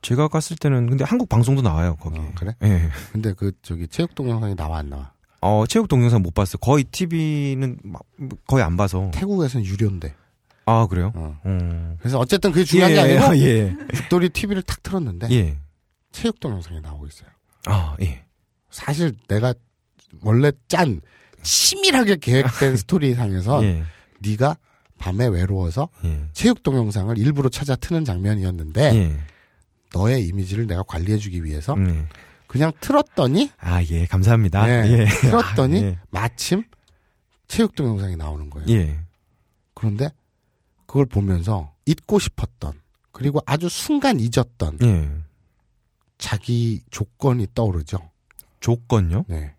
S2: 제가 갔을 때는 근데 한국 방송도 나와요 거기.
S1: 어, 그래?
S2: 예.
S1: 근데 그 저기 체육 동영상이 나와 안 나와?
S2: 어 체육 동영상 못 봤어요. 거의 TV는 거의 안 봐서.
S1: 태국에서는 유료인데.
S2: 아 그래요?
S1: 어.
S2: 음.
S1: 그래서 어쨌든 그게 중요한 게
S2: 예,
S1: 아니고 네.
S2: 예.
S1: 죽돌이 TV를 탁 틀었는데
S2: 예.
S1: 체육 동영상이 나오고 있어요.
S2: 아 예.
S1: 사실 내가 원래 짠 치밀하게 계획된 스토리상에서
S2: 예.
S1: 네가 밤에 외로워서
S2: 예.
S1: 체육 동영상을 일부러 찾아 트는 장면이었는데
S2: 예.
S1: 너의 이미지를 내가 관리해주기 위해서
S2: 음, 예.
S1: 그냥 틀었더니
S2: 아 예. 감사합니다.
S1: 네,
S2: 예.
S1: 틀었더니
S2: 아, 예.
S1: 마침 체육 동영상이 나오는 거예요.
S2: 예.
S1: 그런데 그걸 보면서 잊고 싶었던 그리고 아주 순간 잊었던
S2: 예.
S1: 자기 조건이 떠오르죠.
S2: 조건요?
S1: 네.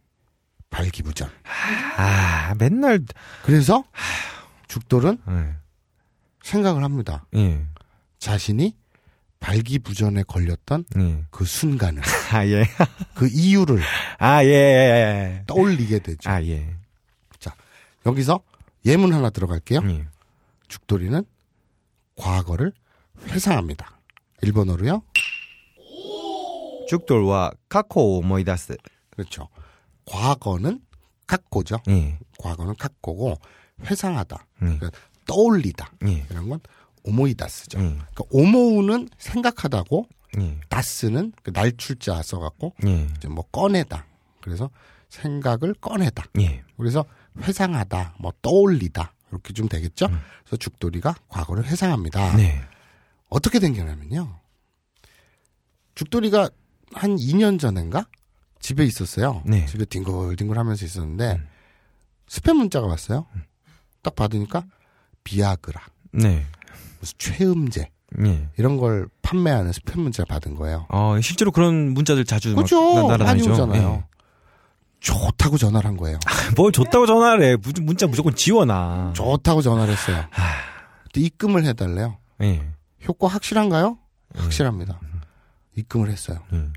S1: 발기부전.
S2: 아, 맨날
S1: 그래서 죽돌은
S2: 예.
S1: 생각을 합니다.
S2: 예.
S1: 자신이 발기부전에 걸렸던
S2: 예.
S1: 그 순간을,
S2: 아, 예.
S1: 그 이유를
S2: 아, 예, 예.
S1: 떠올리게 되죠.
S2: 아, 예.
S1: 여기서 예문 하나 들어갈게요.
S2: 예.
S1: 죽돌이는 과거를 회상합니다. 일본어로요.
S2: 죽돌과 카코 오모이다스.
S1: 그렇죠. 과거는 갖고죠.
S2: 예.
S1: 과거는 갖고고 회상하다.
S2: 음.
S1: 그러니까 떠올리다.
S2: 예.
S1: 이런 건 오모이다스죠.
S2: 음.
S1: 그러니까 오모우는 생각하다고
S2: 예.
S1: 다스는 그 날출자 써갖고
S2: 예.
S1: 이제 뭐 꺼내다. 그래서 생각을 꺼내다.
S2: 예.
S1: 그래서 회상하다, 뭐 떠올리다 이렇게 좀 되겠죠. 그래서 죽돌이가 과거를 회상합니다.
S2: 음. 네.
S1: 어떻게 된 게냐면요. 죽돌이가 한 2년 전인가 집에 있었어요.
S2: 네. 음.
S1: 집에 뒹굴뒹굴하면서 있었는데 스팸 문자가 왔어요. 딱 받으니까 비아그라,
S2: 네.
S1: 무슨 최음제
S2: 예.
S1: 이런 걸 판매하는 스팸 문자 받은 거예요.
S2: 아, 실제로 그런 문자들 자주 막
S1: 그죠?
S2: 음, 나-
S1: 많이
S2: 날아다니죠. 네.
S1: 오잖아요. 좋다고 전화를 한 거예요.
S2: 예. 뭘 줬다고 전화를 해. 무- 문자 무조건 지워놔.
S1: 좋다고 전화를 했어요. 그때 입금을 해달래요.
S2: 예.
S1: 효과 확실한가요?
S2: 네.
S1: 확실합니다. 입금을 했어요.
S2: 예.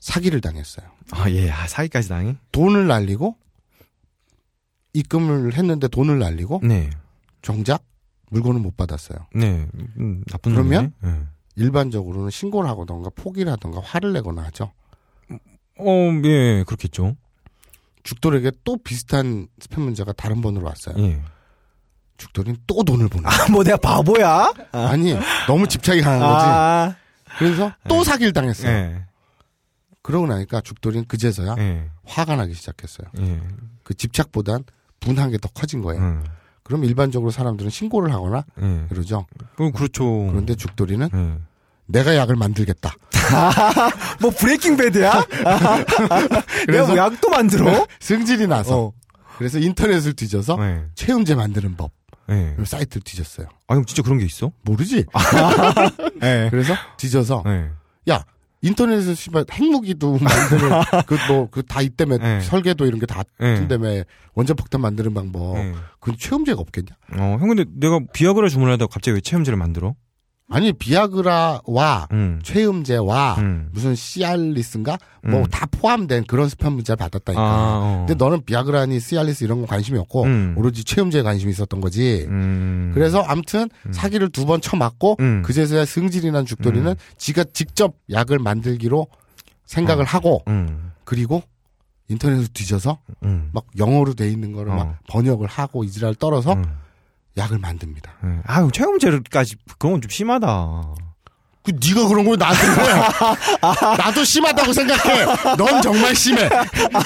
S1: 사기를 당했어요.
S2: 아, 예. 아, 사기까지 당해?
S1: 돈을 날리고 입금을 했는데 돈을 날리고
S2: 네.
S1: 정작 물건을 못 받았어요.
S2: 네. 음, 나쁜
S1: 그러면?
S2: 놈이네. 예.
S1: 일반적으로는 신고를 하거든가 포기라든가 화를 내거나 하죠.
S2: 어, 예, 그렇겠죠.
S1: 죽돌에게 또 비슷한 스팸 문제가 다른 번으로 왔어요.
S2: 예.
S1: 죽돌이는 또 돈을 보내.
S2: 아, 뭐 내가 바보야?
S1: 아니 너무 집착이 강한 거지.
S2: 아,
S1: 그래서 또 사기를 당했어요.
S2: 예.
S1: 그러고 나니까 죽돌이는 그제서야
S2: 예.
S1: 화가 나기 시작했어요.
S2: 예.
S1: 그 집착보단 분한 게 더 커진 거예요.
S2: 음,
S1: 그럼 일반적으로 사람들은 신고를 하거나
S2: 예.
S1: 그러죠.
S2: 어, 그렇죠.
S1: 그런데 죽돌이는
S2: 예.
S1: 내가 약을 만들겠다.
S2: 뭐 브레이킹 배드야?
S1: 그래서-
S2: 내가 약도 만들어?
S1: 승질이 나서
S2: 어.
S1: 그래서 인터넷을 뒤져서
S2: 예.
S1: 체험제 만드는 법
S2: 예.
S1: 이런 사이트를 뒤졌어요.
S2: 아, 형 진짜 그런 게 있어?
S1: 모르지?
S2: 아, 예.
S1: 그래서 뒤져서
S2: 예.
S1: 야 인터넷에서 씨발 핵무기도 만드는 그 뭐 그 다 이때문에
S2: 네.
S1: 설계도 이런 게다
S2: 네.
S1: 이때문에 원자 폭탄 만드는 방법
S2: 예.
S1: 그 체험제가 없겠냐?
S2: 어, 형 근데 내가 비아그라 주문하다가 갑자기 왜 체험제를 만들어?
S1: 아니 비아그라와
S2: 음.
S1: 체험제와
S2: 음.
S1: 무슨 시알리스인가 뭐
S2: 음.
S1: 다 포함된 그런 스팸 문자를 받았다니까.
S2: 아, 어.
S1: 근데 너는 비아그라니 시알리스 이런 건 관심이 없고
S2: 음.
S1: 오로지 체험제에 관심이 있었던 거지.
S2: 음.
S1: 그래서 암튼 사기를 두 번 쳐맞고
S2: 음.
S1: 그제서야 승질이 난 죽돌이는 지가 직접 약을 만들기로 생각을 하고
S2: 음.
S1: 그리고 인터넷으로 뒤져서
S2: 음.
S1: 막 영어로 돼 있는 거를
S2: 어.
S1: 막 번역을 하고 이지랄 떨어서
S2: 음.
S1: 약을 만듭니다.
S2: 예. 아유, 체험제까지 그건 좀 심하다.
S1: 그 네가 그런 걸 나한테 그래. 나도 심하다고 생각해. 넌 정말 심해.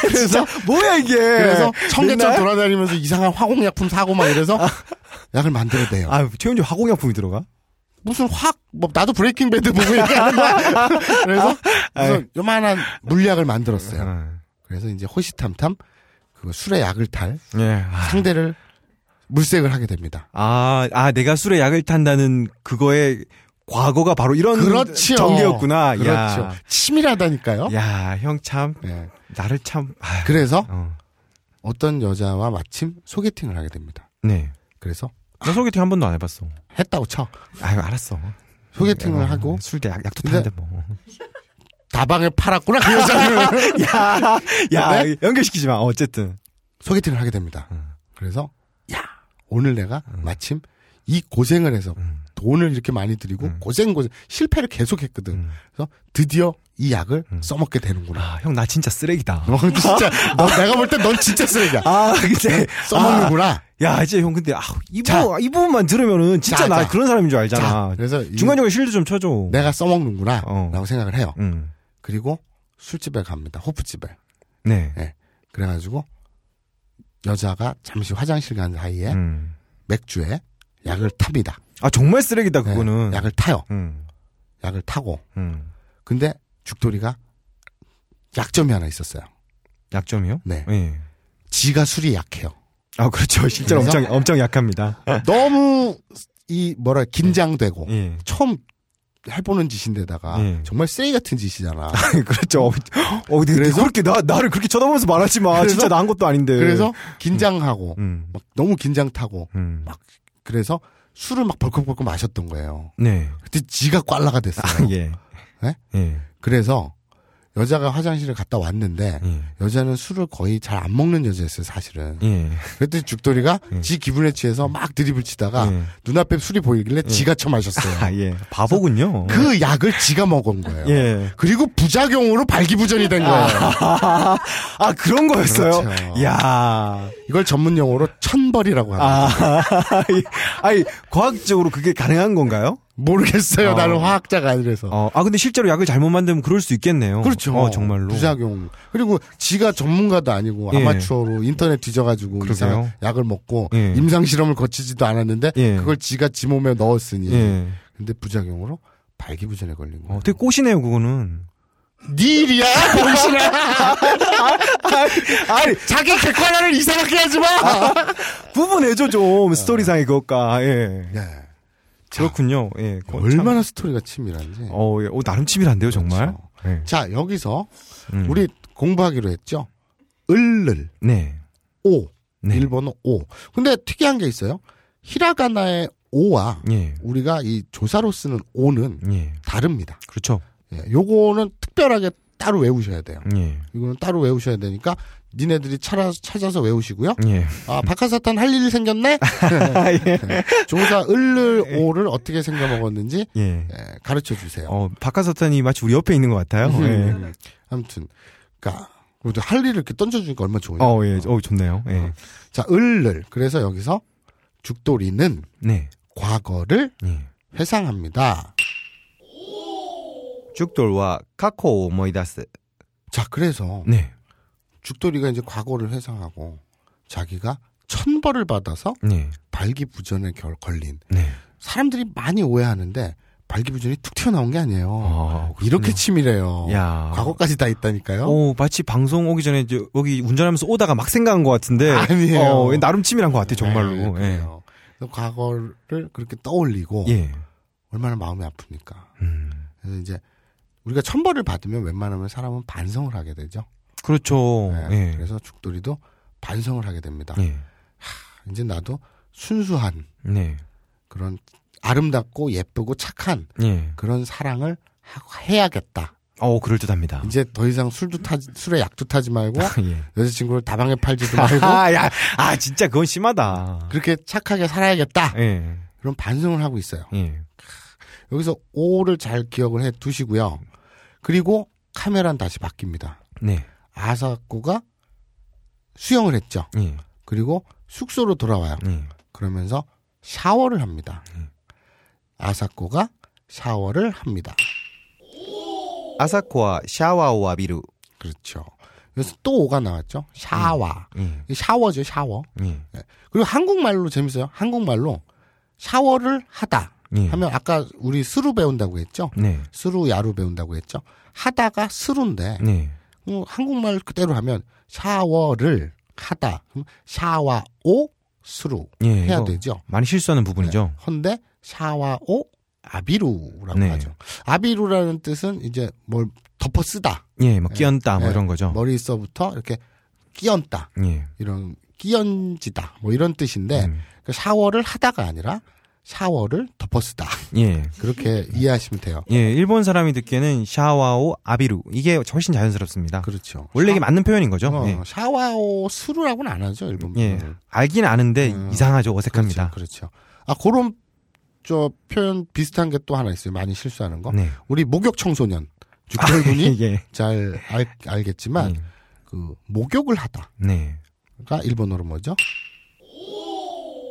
S1: 그래서
S2: 뭐야 이게?
S1: 그래서 청계천
S2: 맨날?
S1: 돌아다니면서 이상한 화공약품 사고 막 이래서 약을 만들어대요.
S2: 아, 체험제 화공약품이 들어가?
S1: 무슨 확, 뭐, 나도 브레이킹 배드 보고 얘기하는 거야. 그래서,
S2: 아.
S1: 무슨 요만한 물약을 만들었어요. 그래서 이제 호시탐탐, 그 술에 약을 탈
S2: 예. 아,
S1: 상대를 물색을 하게 됩니다.
S2: 아, 아, 내가 술에 약을 탄다는 그거의 과거가 바로 이런
S1: 그렇지요.
S2: 전개였구나.
S1: 그렇죠.
S2: 음, 야.
S1: 치밀하다니까요.
S2: 야, 형 참,
S1: 네.
S2: 나를 참, 아,
S1: 그래서
S2: 어.
S1: 어떤 여자와 마침 소개팅을 하게 됩니다.
S2: 네.
S1: 그래서
S2: 나 소개팅 한 번도 안 해봤어.
S1: 했다고 쳐.
S2: 아유, 알았어.
S1: 소개팅을
S2: 어,
S1: 하고
S2: 술대 약, 약도
S1: 근데-
S2: 타는데 뭐.
S1: 다방을 팔았구나, 그 여자를.
S2: 야, 야,
S1: 네?
S2: 연결시키지 마. 어쨌든.
S1: 소개팅을 하게 됩니다.
S2: 음.
S1: 그래서 야 오늘 내가 마침 이 고생을 해서
S2: 음.
S1: 돈을 이렇게 많이 들이고 고생 고생 실패를 계속했거든. 그래서 드디어 이 약을 써먹게 되는구나.
S2: 음. 아, 형, 나 진짜 쓰레기다.
S1: 너 진짜 너 내가 볼 때 넌 진짜 쓰레기야.
S2: 아, 근데.
S1: 써먹는구나.
S2: 아, 야, 이제 형, 근데, 아, 이,
S1: 자.
S2: 부분, 이 부분만 들으면은 진짜
S1: 자,
S2: 나
S1: 자.
S2: 그런 사람인 줄 알잖아.
S1: 자, 그래서 이-
S2: 중간중간 실드 좀 쳐줘.
S1: 내가 써먹는구나라고
S2: 어.
S1: 생각을 해요.
S2: 음.
S1: 그리고 술집에 갑니다. 호프집에.
S2: 네.
S1: 예. 그래가지고 여자가 잠시 화장실 간 사이에
S2: 음.
S1: 맥주에 약을 탑니다.
S2: 아, 정말 쓰레기다,
S1: 예,
S2: 그거는.
S1: 약을 타요.
S2: 음.
S1: 약을 타고
S2: 음.
S1: 근데 죽돌이가 약점이 하나 있었어요.
S2: 약점이요?
S1: 네.
S2: 예.
S1: 지가 술이 약해요.
S2: 아, 그렇죠. 실제로
S1: 그래서?
S2: 엄청, 엄청 약합니다.
S1: 너무 이 뭐라 긴장되고
S2: 예.
S1: 처음 해보는 짓인데다가
S2: 예.
S1: 정말 쓰레기 같은 짓이잖아.
S2: 그렇죠. 어, 근데
S1: 그래서?
S2: 그렇게 나, 나를 그렇게 쳐다보면서 말하지 마.
S1: 그래서?
S2: 진짜 나 한 것도 아닌데.
S1: 그래서 긴장하고
S2: 네. 음.
S1: 막 너무 긴장 타고
S2: 음.
S1: 그래서 술을 막 벌컥벌컥 마셨던 거예요.
S2: 네.
S1: 그때 지가 꽐라가 됐어요.
S2: 예.
S1: 네?
S2: 예.
S1: 그래서 여자가 화장실에 갔다 왔는데
S2: 예.
S1: 여자는 술을 거의 잘 안 먹는 여자였어요, 사실은.
S2: 예.
S1: 그랬더니 죽돌이가
S2: 예.
S1: 지 기분에 취해서 막 드립을 치다가
S2: 예.
S1: 눈앞에 술이 보이길래
S2: 음.
S1: 지가 처마셨어요.
S2: 아, 예. 바보군요.
S1: 그 약을 지가 먹은 거예요.
S2: 예.
S1: 그리고 부작용으로 발기부전이 된 거예요.
S2: 아, 그런 거였어요?
S1: 그렇죠.
S2: 이야.
S1: 이걸 전문 용어로 천벌이라고 합니다.
S2: 아, 아니, 아니, 과학적으로 그게 가능한 건가요?
S1: 모르겠어요.
S2: 어.
S1: 나는 화학자가 아니라서.
S2: 어, 아, 근데 실제로 약을 잘못 만들면 그럴 수 있겠네요.
S1: 그렇죠.
S2: 어, 정말로.
S1: 부작용. 그리고 지가 전문가도 아니고
S2: 예.
S1: 아마추어로 인터넷 뒤져가지고
S2: 그러게요.
S1: 이상한 약을 먹고
S2: 예.
S1: 임상 실험을 거치지도 않았는데
S2: 예.
S1: 그걸 지가 지 몸에 넣었으니.
S2: 예.
S1: 근데 부작용으로 발기부전에 걸린 거예요.
S2: 어, 되게 꽃이네요, 그거는.
S1: 니 일이야, 본신아.
S2: 아니, 아.
S1: 자기 객관화를 이상하게 하지 마.
S2: 구분해줘,
S1: 아.
S2: 좀. 스토리상의 그것과, 예.
S1: 네.
S2: 그렇군요. 예. 그건
S1: 얼마나 스토리가 치밀한지.
S2: 참, 어, 예. 어, 나름 치밀한데요, 정말. 예.
S1: 자, 여기서
S2: 음.
S1: 우리 공부하기로 했죠. 을을
S2: 네.
S1: 오.
S2: 네.
S1: 일본어 오. 근데 특이한 게 있어요. 히라가나의 오와
S2: 예.
S1: 우리가 이 조사로 쓰는 오는
S2: 예.
S1: 다릅니다.
S2: 그렇죠.
S1: 예, 요거는 특별하게 따로 외우셔야 돼요.
S2: 예.
S1: 이거는 따로 외우셔야 되니까 니네들이 찾아, 찾아서 외우시고요.
S2: 예.
S1: 아, 박하사탄 할 일이 생겼네?
S2: 아, 예.
S1: 조사 을을 오를 어떻게 생겨 먹었는지
S2: 예.
S1: 예, 가르쳐 주세요.
S2: 네. 어, 박하사탄이 마치 우리 옆에 있는 것 같아요. 예.
S1: 음. 아무튼, 그니까, 우리도 할 일을 이렇게 던져주니까 얼마나 좋은요
S2: 어, 예. 어, 좋네요. 예.
S1: 자, 을을. 그래서 여기서 죽돌이는
S2: 네.
S1: 과거를
S2: 예.
S1: 회상합니다.
S2: 죽돌과 카코 오모이다스.
S1: 자, 그래서
S2: 네.
S1: 죽돌이가 이제 과거를 회상하고 자기가 천벌을 받아서
S2: 네.
S1: 발기부전에 결, 걸린
S2: 네.
S1: 사람들이 많이 오해하는데 발기부전이 툭 튀어나온 게 아니에요.
S2: 아, 그렇군요.
S1: 이렇게 치밀해요.
S2: 야. 어,
S1: 과거까지 다 있다니까요.
S2: 오, 마치 방송 오기 전에 저, 여기 운전하면서 오다가 막 생각한 것 같은데.
S1: 아니에요.
S2: 어, 예, 나름 치밀한 것 같아,
S1: 네,
S2: 정말로. 예.
S1: 그래요. 그래서 과거를 그렇게 떠올리고
S2: 예.
S1: 얼마나 마음이 아픕니까.
S2: 음.
S1: 그래서 이제 우리가 천벌을 받으면 웬만하면 사람은 반성을 하게 되죠.
S2: 그렇죠.
S1: 네,
S2: 예.
S1: 그래서 죽돌이도 반성을 하게 됩니다.
S2: 예.
S1: 이제 나도 순수한
S2: 네.
S1: 그런 아름답고 예쁘고 착한
S2: 예.
S1: 그런 사랑을 하- 해야겠다.
S2: 어, 그럴듯합니다.
S1: 이제 더 이상 술도 타지, 술에 약도 타지 말고
S2: 예.
S1: 여자친구를 다방에 팔지도 말고
S2: 아, 야, 아, 진짜 그건 심하다.
S1: 그렇게 착하게 살아야겠다.
S2: 예.
S1: 그런 반성을 하고 있어요.
S2: 예.
S1: 여기서 오를 잘 기억을 해 두시고요. 그리고 카메라는 다시 바뀝니다.
S2: 네.
S1: 아사쿠가 수영을 했죠.
S2: 예.
S1: 그리고 숙소로 돌아와요.
S2: 예.
S1: 그러면서 샤워를 합니다.
S2: 음.
S1: 아사코가 샤워를 합니다.
S5: 朝子はシャワーを浴びる。
S1: 그렇죠. 그래서 또 오가 나왔죠. 샤워.
S2: 예.
S1: 이 샤워죠, 샤워.
S2: 예.
S1: 그리고 한국말로 재밌어요. 한국말로 샤워를 하다
S2: 예.
S1: 하면 아까 우리 스루 배운다고 했죠.
S2: 네.
S1: 스루 야루 배운다고 했죠. 하다가 스루인데
S2: 네.
S1: 음, 한국말 그대로 하면 샤워를 하다. 그럼 샤와오 스루
S2: 예.
S1: 해야
S2: 이거
S1: 되죠.
S2: 많이 실수하는 부분이죠.
S1: 헌데 샤와오 아비루라고
S2: 네.
S1: 하죠. 아비루라는 뜻은 이제 뭘 덮어 쓰다.
S2: 예. 막 끼얹다 뭐
S1: 예.
S2: 이런 거죠.
S1: 머리서부터 이렇게 끼얹다.
S2: 예.
S1: 이런 끼얹지다. 뭐 이런 뜻인데
S2: 음.
S1: 그 샤워를 하다가 아니라 샤워를 덮어 쓰다.
S2: 예.
S1: 그렇게 이해하시면 돼요.
S2: 예, 일본 사람이 듣기에는 샤와오 아비루 이게 훨씬 자연스럽습니다.
S1: 그렇죠.
S2: 아, 원래 이게 맞는 표현인 거죠.
S1: 어,
S2: 예.
S1: 샤와오 스루라고는 안 하죠, 일본
S2: 예.
S1: 분은.
S2: 알긴 아는데
S1: 음.
S2: 이상하죠. 어색합니다.
S1: 그렇죠. 그렇죠. 아, 그런 저 표현 비슷한 게 또 하나 있어요. 많이 실수하는 거.
S2: 네.
S1: 우리 목욕 청소년 아, 죽돌분이
S2: 예.
S1: 잘 알, 알겠지만
S2: 예.
S1: 그 목욕을 하다가
S2: 네.
S1: 일본어로 뭐죠?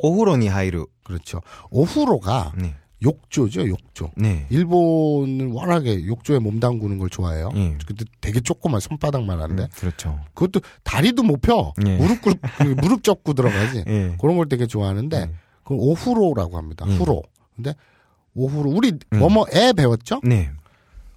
S5: お風呂に入る。
S1: 그렇죠. 오후로가
S2: 네.
S1: 욕조죠, 욕조.
S2: 네.
S1: 일본은 워낙에 욕조에 몸 담그는 걸 좋아해요.
S2: 예.
S1: 근데 되게 조그만 손바닥만 한데
S2: 음, 그렇죠.
S1: 그것도 다리도 못 펴.
S2: 예.
S1: 무릎 꿇, 무릎 접고 들어가지.
S2: 예.
S1: 그런 걸 되게 좋아하는데
S2: 예.
S1: 그걸 오후로라고 합니다.
S2: 예.
S1: 후로. 근데 오후로 우리
S2: 음.
S1: 뭐뭐에 배웠죠?
S2: 네.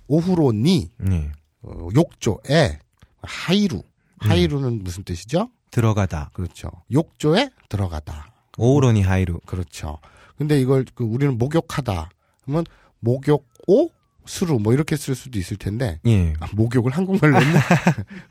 S1: 오후로니
S2: 네.
S1: 어, 욕조에 하이루.
S2: 음.
S1: 하이루는 무슨 뜻이죠?
S2: 들어가다.
S1: 그렇죠. 욕조에 들어가다.
S2: 오로니 하이루.
S1: 그렇죠. 근데 이걸 그 우리는 목욕하다 그러면 목욕오 수루 뭐 이렇게 쓸 수도 있을 텐데
S2: 예.
S1: 아, 목욕을 한국말로 했네.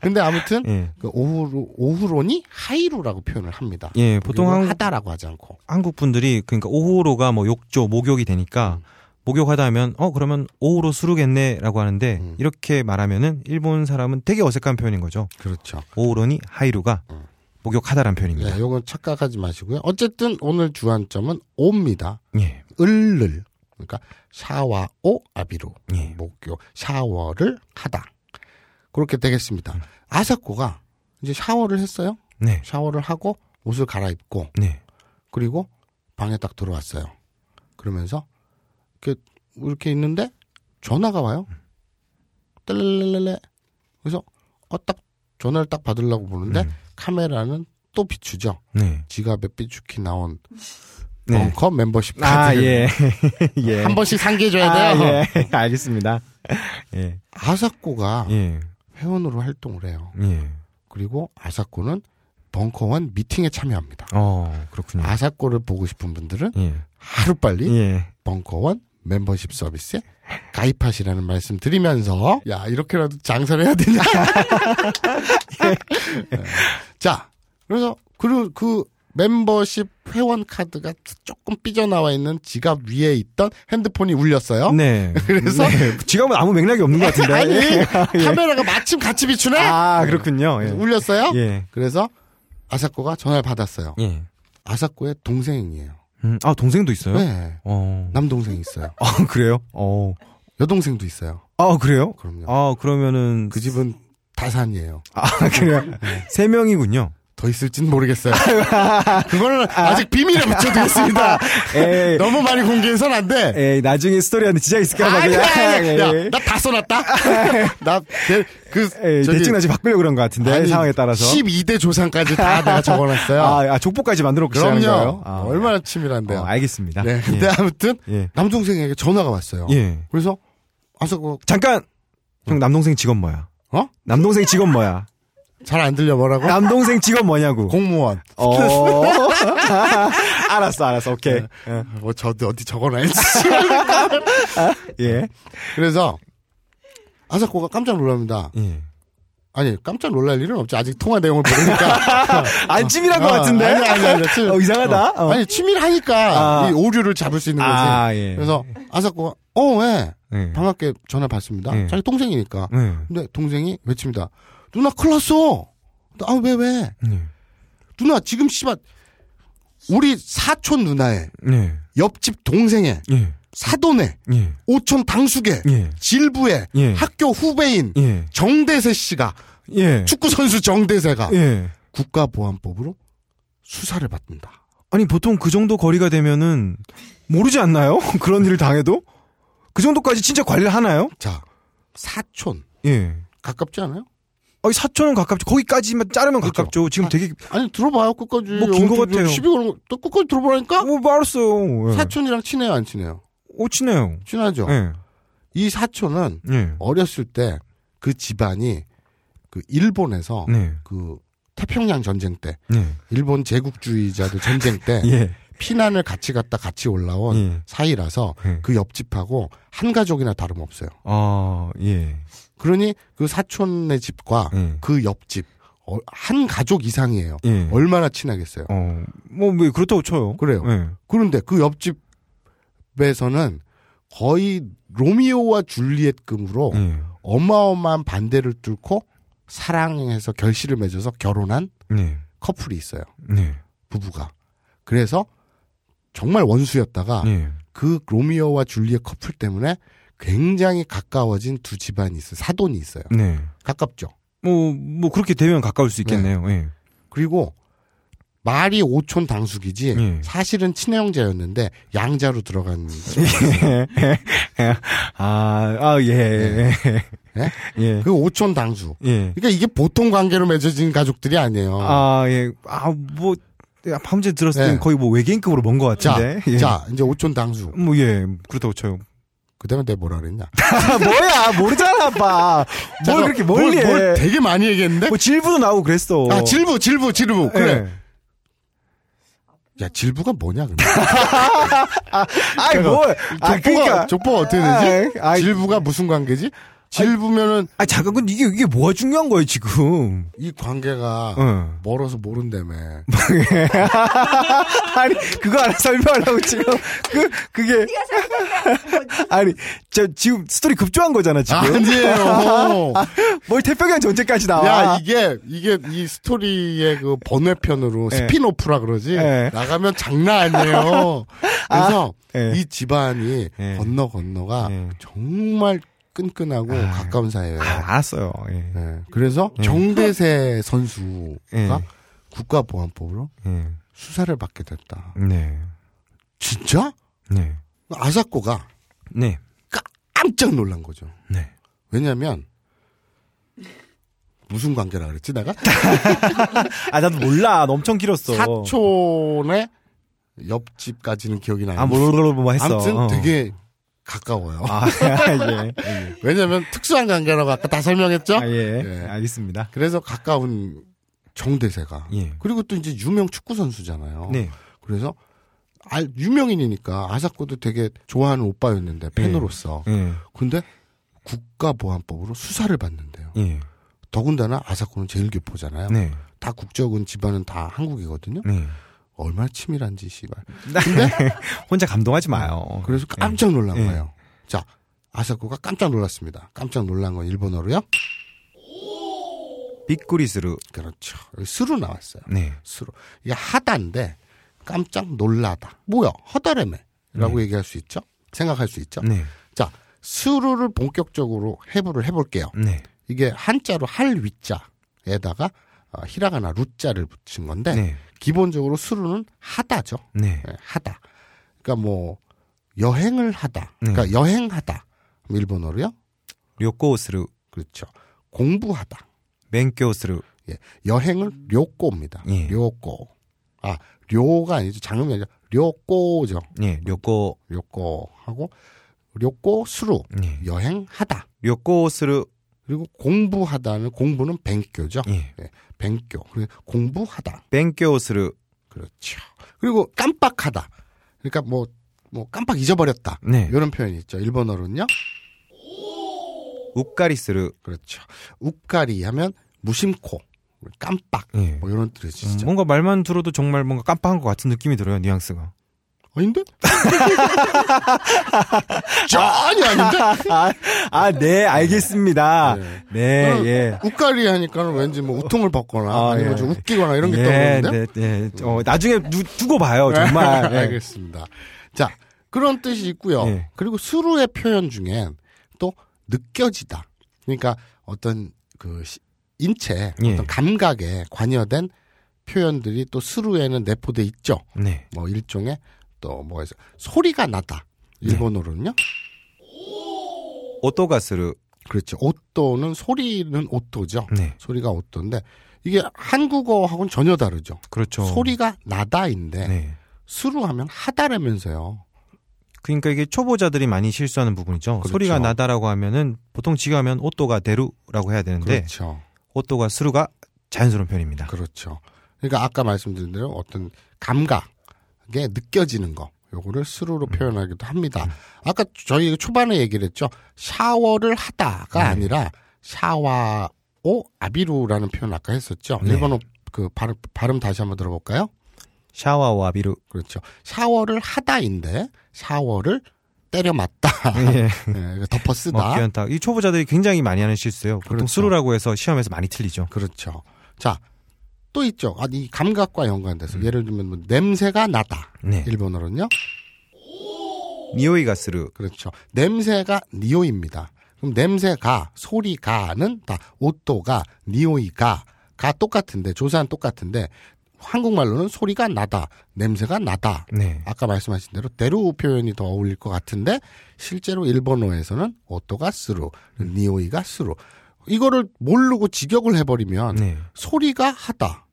S1: 근데 아무튼
S2: 예.
S1: 그 오후로 오후로니 하이루라고 표현을 합니다.
S2: 예, 보통
S1: 목욕을
S2: 한,
S1: 하다라고 하지 않고
S2: 한국 분들이 그러니까 오후로가 뭐 욕조, 목욕이
S1: 음.
S2: 되니까 목욕하다 하면 어 그러면 오후로 수루겠네라고 하는데
S1: 음.
S2: 이렇게 말하면은 일본 사람은 되게 어색한 표현인 거죠.
S1: 그렇죠.
S2: 오후로니 하이루가
S1: 음.
S2: 목욕하다란
S1: 네,
S2: 표현입니다.
S1: 요건 착각하지 마시고요. 어쨌든 오늘 주안점은 오입니다.
S2: 예.
S1: 을을 그러니까 샤와오 아비루
S2: 예.
S1: 목욕 샤워를 하다 그렇게
S2: 음.
S1: 되겠습니다. 아사코가 이제 샤워를 했어요.
S2: 네.
S1: 샤워를 하고 옷을 갈아입고
S2: 네.
S1: 그리고 방에 딱 들어왔어요. 그러면서 이렇게 이렇게 있는데 전화가 와요.
S2: 음.
S1: 뜰레레레. 그래서 어딱 전화를 딱 받으려고 보는데
S2: 음.
S1: 카메라는 또 비추죠.
S2: 네.
S1: 지갑에 삐죽히 나온
S2: 네.
S1: 벙커 멤버십
S2: 아,
S1: 카드를
S2: 예. 예.
S1: 어, 한 번씩 상기해줘야
S2: 아,
S1: 돼요.
S2: 예. 알겠습니다. 예.
S1: 아사코가
S2: 예.
S1: 회원으로 활동을 해요.
S2: 예.
S1: 그리고 아사코는 벙커원 미팅에 참여합니다.
S2: 어, 그렇군요.
S1: 아사코를 보고 싶은 분들은
S2: 예.
S1: 하루빨리
S2: 예.
S1: 벙커원 멤버십 서비스에 가입하시라는 말씀 드리면서 야 이렇게라도 장사를 해야 되냐 예. 자 그래서 그리고 그 멤버십 회원 카드가 조금 삐져나와 있는 지갑 위에 있던 핸드폰이 울렸어요
S2: 네.
S1: 그래서?
S2: 네. 지금은 아무 맥락이 없는 것 같은데.
S1: 아니
S2: 예.
S1: 카메라가 마침 같이 비추네
S2: 아, 그렇군요. 예.
S1: 울렸어요
S2: 예.
S1: 그래서 아사코가 전화를 받았어요
S2: 예.
S1: 아사코의 동생이에요
S2: 음, 아, 동생도 있어요?
S1: 네
S2: 어.
S1: 남동생이 있어요
S2: 아, 그래요? 어.
S1: 여동생도 있어요
S2: 아, 그래요?
S1: 그럼요
S2: 아, 그러면은.
S1: 그 집은 다산이에요.
S2: 아, 그래요? 세 명이군요.
S1: 더 있을진 모르겠어요. 그거는 아직 비밀에 붙여두겠습니다.
S2: 에이,
S1: 너무 많이 공개해선 안 돼.
S2: 에이, 나중에 스토리한테 지장 있을까봐
S1: 아니야,
S2: 예, 그냥.
S1: 아니야.
S2: 에이.
S1: 야, 나 다 써놨다. 나그
S2: 에이, 예, 대칭 나지 바꾸려고 그런 것 같은데, 상황에 따라서.
S1: 12대 조상까지 다 내가 적어놨어요.
S2: 아, 아, 족보까지 만들어 놓고 시작하는 거예요?
S1: 그럼요.
S2: 아,
S1: 얼마나
S2: 어,
S1: 치밀한데요.
S2: 알겠습니다.
S1: 네, 근데 아무튼
S2: 예. 예.
S1: 남동생에게 전화가 왔어요.
S2: 예.
S1: 그래서 아서 뭐
S2: 잠깐! 형, 남동생 직업 뭐야?
S1: 어?
S2: 남동생 직업 뭐야?
S1: 잘안 들려
S2: 어?
S1: 뭐라고?
S2: 아. 남동생 직업 뭐냐고.
S1: 공무원.
S2: 어. 알았어, 알았어, 오케이. 예.
S1: 뭐 저도 어디 적어놔야지.
S2: 예.
S1: 그래서 아사코가 깜짝 놀랍니다.
S2: 예.
S1: 아니 깜짝 놀랄 일은 없지 아직 통화 내용을 모르니까
S2: 아, 안 찜이란 것
S1: 어,
S2: 같은데?
S1: 아니 아니 아니 치-
S2: 어, 이상하다. 어.
S1: 어. 아니 치밀하니까
S2: 아.
S1: 이 오류를 잡을 수 있는 거지
S2: 아, 예.
S1: 그래서 아사코가 어왜
S2: 예.
S1: 반갑게 전화 받습니다
S2: 예.
S1: 자기 동생이니까
S2: 예.
S1: 근데 동생이 외칩니다 누나 큰일 났어 아왜왜 왜?
S2: 예.
S1: 누나 지금 씨발 우리 사촌 누나의
S2: 예.
S1: 옆집 동생의
S2: 예.
S1: 사돈의
S2: 예.
S1: 오촌 당숙의
S2: 예.
S1: 질부의
S2: 예.
S1: 학교 후배인
S2: 예.
S1: 정대세 씨가
S2: 예.
S1: 축구 선수 정대세가
S2: 예.
S1: 국가보안법으로 수사를 받는다.
S2: 아니 보통 그 정도 거리가 되면은 모르지 않나요? 그런 일을 당해도 그 정도까지 진짜 관리를 하나요?
S1: 자, 사촌
S2: 예.
S1: 가깝지 않아요?
S2: 아니 사촌은 가깝죠. 거기까지만 자르면
S1: 그렇죠.
S2: 가깝죠. 지금
S1: 아,
S2: 되게
S1: 아니 들어봐요 끝까지.
S2: 뭐긴것 같아요.
S1: 시비 거는 거- 또 끝까지 들어보라니까.
S2: 어, 말았어요. 예.
S1: 아. 사촌이랑 어. 친해요 안 친해요?
S2: 오 친해요.
S1: 친하죠.
S2: 예.
S1: 이 사촌은
S2: 예.
S1: 어렸을 때 그 집안이 그 일본에서
S2: 네.
S1: 그 태평양 전쟁 때
S2: 네.
S1: 일본 제국주의자들 전쟁 때
S2: 예.
S1: 피난을 같이 갔다 같이 올라온
S2: 예.
S1: 사이라서
S2: 예.
S1: 그 옆집하고 한 가족이나 다름없어요.
S2: 아, 예.
S1: 그러니 그 사촌의 집과
S2: 예.
S1: 그 옆집 어, 한 가족 이상이에요.
S2: 예.
S1: 얼마나 친하겠어요.
S2: 어, 뭐, 뭐, 그렇다고 쳐요.
S1: 그래요.
S2: 예.
S1: 그런데 그 옆집에서는 거의 로미오와 줄리엣급으로
S2: 예.
S1: 어마어마한 반대를 뚫고 사랑해서 결실을 맺어서 결혼한
S2: 네.
S1: 커플이 있어요.
S2: 네.
S1: 부부가. 그래서 정말 원수였다가
S2: 네.
S1: 그 로미오와 줄리엣 커플 때문에 굉장히 가까워진 두 집안이 있어요. 사돈이 있어요.
S2: 네.
S1: 가깝죠.
S2: 뭐, 뭐, 그렇게 되면 가까울 수 있겠네요. 예.
S1: 그리고 말이 오촌 당숙이지
S2: 예.
S1: 사실은 친형제였는데 양자로 들어간
S2: 예. 아, 아, 예.
S1: 예?
S2: 예.
S1: 그 오촌 당수.
S2: 예.
S1: 그러니까 이게 보통 관계로 맺어진 가족들이 아니에요.
S2: 아, 예. 아, 뭐, 야, 방금 전에 들었을
S1: 예.
S2: 땐 거의 뭐 외계인급으로 먼 것
S1: 자,
S2: 같은데. 예.
S1: 자 이제 오촌 당수.
S2: 뭐, 예. 그렇다고 쳐요.
S1: 그다음에 내가 뭐라 그랬냐?
S2: 아, 뭐야. 모르잖아, 아빠. 뭘
S1: 잠깐,
S2: 그렇게 멀리
S1: 뭘,
S2: 해. 어.
S1: 뭘 되게 많이 얘기했는데.
S2: 뭐, 질부도 나오고 그랬어.
S1: 아 질부 질부 질부
S2: 예.
S1: 그래 야 질부가 뭐냐 근데
S2: 아이 뭘? 아
S1: 족보가
S2: 그러니까.
S1: 족보가 어떻게 되지?
S2: 아, 아,
S1: 질부가 무슨 관계지? 질부면은
S2: 아 잠깐 근데 이게 이게 뭐가 중요한 거예요 지금?
S1: 이 관계가
S2: 응.
S1: 멀어서 모른다며.
S2: 아니 그거 하나 설명하려고 지금 그 그게 아니 저 지금 스토리 급조한 거잖아 지금.
S1: 아니에요.
S2: 뭘 태평양 전쟁까지 나와?
S1: 야 이게 이게 이 스토리의 그 번외편으로
S2: 예.
S1: 스피노프라 그러지
S2: 예.
S1: 나가면 장난 아니에요. 그래서
S2: 예.
S1: 이 집안이
S2: 예.
S1: 건너 건너가
S2: 예.
S1: 정말 끈끈하고 가까운 사이예요.
S2: 아, 알았어요. 예.
S1: 예. 그래서 정대세 선수가
S2: 예.
S1: 국가보안법으로
S2: 예.
S1: 수사를 받게 됐다.
S2: 네.
S1: 진짜?
S2: 네.
S1: 아사코가
S2: 네.
S1: 깜짝 놀란 거죠.
S2: 네.
S1: 왜냐면 무슨 관계라 그랬지 내가?
S2: 아 나도 몰라. 나 엄청 길었어.
S1: 사촌의 옆집까지는 기억이 나요.
S2: 아 모르고 뭐 했어.
S1: 아무튼
S2: 어.
S1: 되게 가까워요.
S2: 아 예.
S1: 왜냐면 특수한 관계라고 아까 다 설명했죠?
S2: 아, 예.
S1: 예.
S2: 알겠습니다.
S1: 그래서 가까운 정대세가.
S2: 예.
S1: 그리고 또 이제 유명 축구 선수잖아요.
S2: 네.
S1: 그래서 아, 유명인이니까 아사코도 되게 좋아하는 오빠였는데 팬으로서.
S2: 예.
S1: 근데 국가보안법으로 수사를 받는데요.
S2: 예.
S1: 더군다나 아사코는 제일 교포잖아요.
S2: 네.
S1: 다 국적은 집안은 다 한국이거든요.
S2: 네.
S1: 얼마나 치밀한지 씨발.
S2: 혼자 감동하지 마요.
S1: 그래서 깜짝 놀란
S2: 어, 예.
S1: 거예요. 자, 아사코가 깜짝 놀랐습니다. 깜짝 놀란 건 일본어로요?
S2: 빅구리스루.
S1: 그렇죠. 여기 스루 나왔어요.
S2: 네.
S1: 스루. 이게 하다인데 깜짝 놀라다. 뭐야? 하다라며. 라고 얘기할 수 있죠? 생각할 수 있죠?
S2: 네.
S1: 자, 스루를 본격적으로 해부를 해볼게요.
S2: 네.
S1: 이게 한자로 할 위자에다가 어, 히라가나 루자를 붙인 건데
S2: 네.
S1: 기본적으로 스루는 하다죠.
S2: 네.
S1: 예, 하다. 그러니까 뭐 여행을 하다.
S2: 네.
S1: 그러니까 여행하다. 일본어로요?
S2: 료코스루.
S1: 그렇죠. 공부하다.
S2: 맹교스루.
S1: 예. 여행을 료꼬입니다.
S2: 예.
S1: 료꼬. 아, 료가 아니죠. 장음이 아니라 료꼬죠.
S2: 예. 료코.
S1: 료꼬 하고 료꼬 수루
S2: 예.
S1: 여행하다.
S2: 료코스루.
S1: 그리고 공부하다는 공부는 뱅교죠.
S2: 예.
S1: 뱅교. 그리고 공부하다.
S2: 뱅교스루.
S1: 그렇죠. 그리고 깜빡하다. 그러니까 뭐, 뭐 깜빡 잊어버렸다.
S2: 네.
S1: 이런 표현이 있죠. 일본어로는요.
S2: 우까리스루. 음,
S1: 그렇죠. 우까리 하면 무심코, 깜빡
S2: 예.
S1: 뭐 이런 뜻이죠.
S2: 뭔가 말만 들어도 정말 뭔가 깜빡한 것 같은 느낌이 들어요. 뉘앙스가.
S1: 아닌데? 전혀 아닌데?
S2: 아, 아, 네, 알겠습니다.
S1: 네.
S2: 네,
S1: 그럼
S2: 예.
S1: 우까리 하니까 는 왠지 뭐 우통을 벗거나
S2: 아,
S1: 아니면
S2: 예.
S1: 좀 웃기거나 이런 게
S2: 예,
S1: 떠오르는데?
S2: 네, 네. 어, 나중에 누, 두고 봐요, 정말. 예.
S1: 알겠습니다. 자, 그런 뜻이 있고요.
S2: 예.
S1: 그리고 수루의 표현 중엔 또 느껴지다. 그러니까 어떤 그 시- 인체,
S2: 예.
S1: 어떤 감각에 관여된 표현들이 또 수루에는 내포돼 있죠.
S2: 네.
S1: 뭐 일종의 또 뭐가 있어 소리가 나다
S2: 네.
S1: 일본어로는요
S2: 오토가스루.
S1: 그렇죠 오또는 소리는 오또죠
S2: 네.
S1: 소리가 오또인데 이게 한국어하고는 전혀 다르죠
S2: 그렇죠.
S1: 소리가 나다인데
S2: 네.
S1: 수루하면 하다라면서요
S2: 그러니까 이게 초보자들이 많이 실수하는 부분이죠.
S1: 그렇죠.
S2: 소리가 나다라고 하면은 보통 지가 하면 오또가 대루라고 해야 되는데
S1: 그렇죠
S2: 오또가 스루가 자연스러운 표현입니다.
S1: 그렇죠 그러니까 아까 말씀드린 대로 어떤 감각에 느껴지는 거 요거를 수루로
S2: 음.
S1: 표현하기도 합니다 아까 저희 초반에 얘기를 했죠 샤워를 하다가
S2: 네.
S1: 아니라 샤와 오 아비루라는 표현 아까 했었죠.
S2: 네.
S1: 일본어 그 발음, 발음 다시 한번 들어볼까요?
S2: 샤와와 비루.
S1: 그렇죠. 샤워를 하다인데 샤워를 때려 맞다.
S2: 예.
S1: 예, 덮어 쓰다.
S2: 먹기현타. 이 초보자들이 굉장히 많이 하는 실수예요. 보통
S1: 그렇죠.
S2: 스루라고 해서 시험에서 많이 틀리죠.
S1: 그렇죠. 자, 또 있죠. 아, 이 감각과 연관돼서 예를 들면 뭐 냄새가 나다.
S2: 음. 네.
S1: 일본어로는요.
S2: 니오이가 스루.
S1: 그렇죠. 냄새가 니오입니다. 그럼 냄새가 소리가는 다 오또가 니오이가 가 똑같은데 조사는 똑같은데 한국말로는 소리가 나다 냄새가 나다
S2: 네.
S1: 아까 말씀하신 대로 대루 표현이 더 어울릴 것 같은데 실제로 일본어에서는 오또가 스루 니오이가 스루 이거를 모르고 직역을 해버리면
S2: 네.
S1: 소리가 하다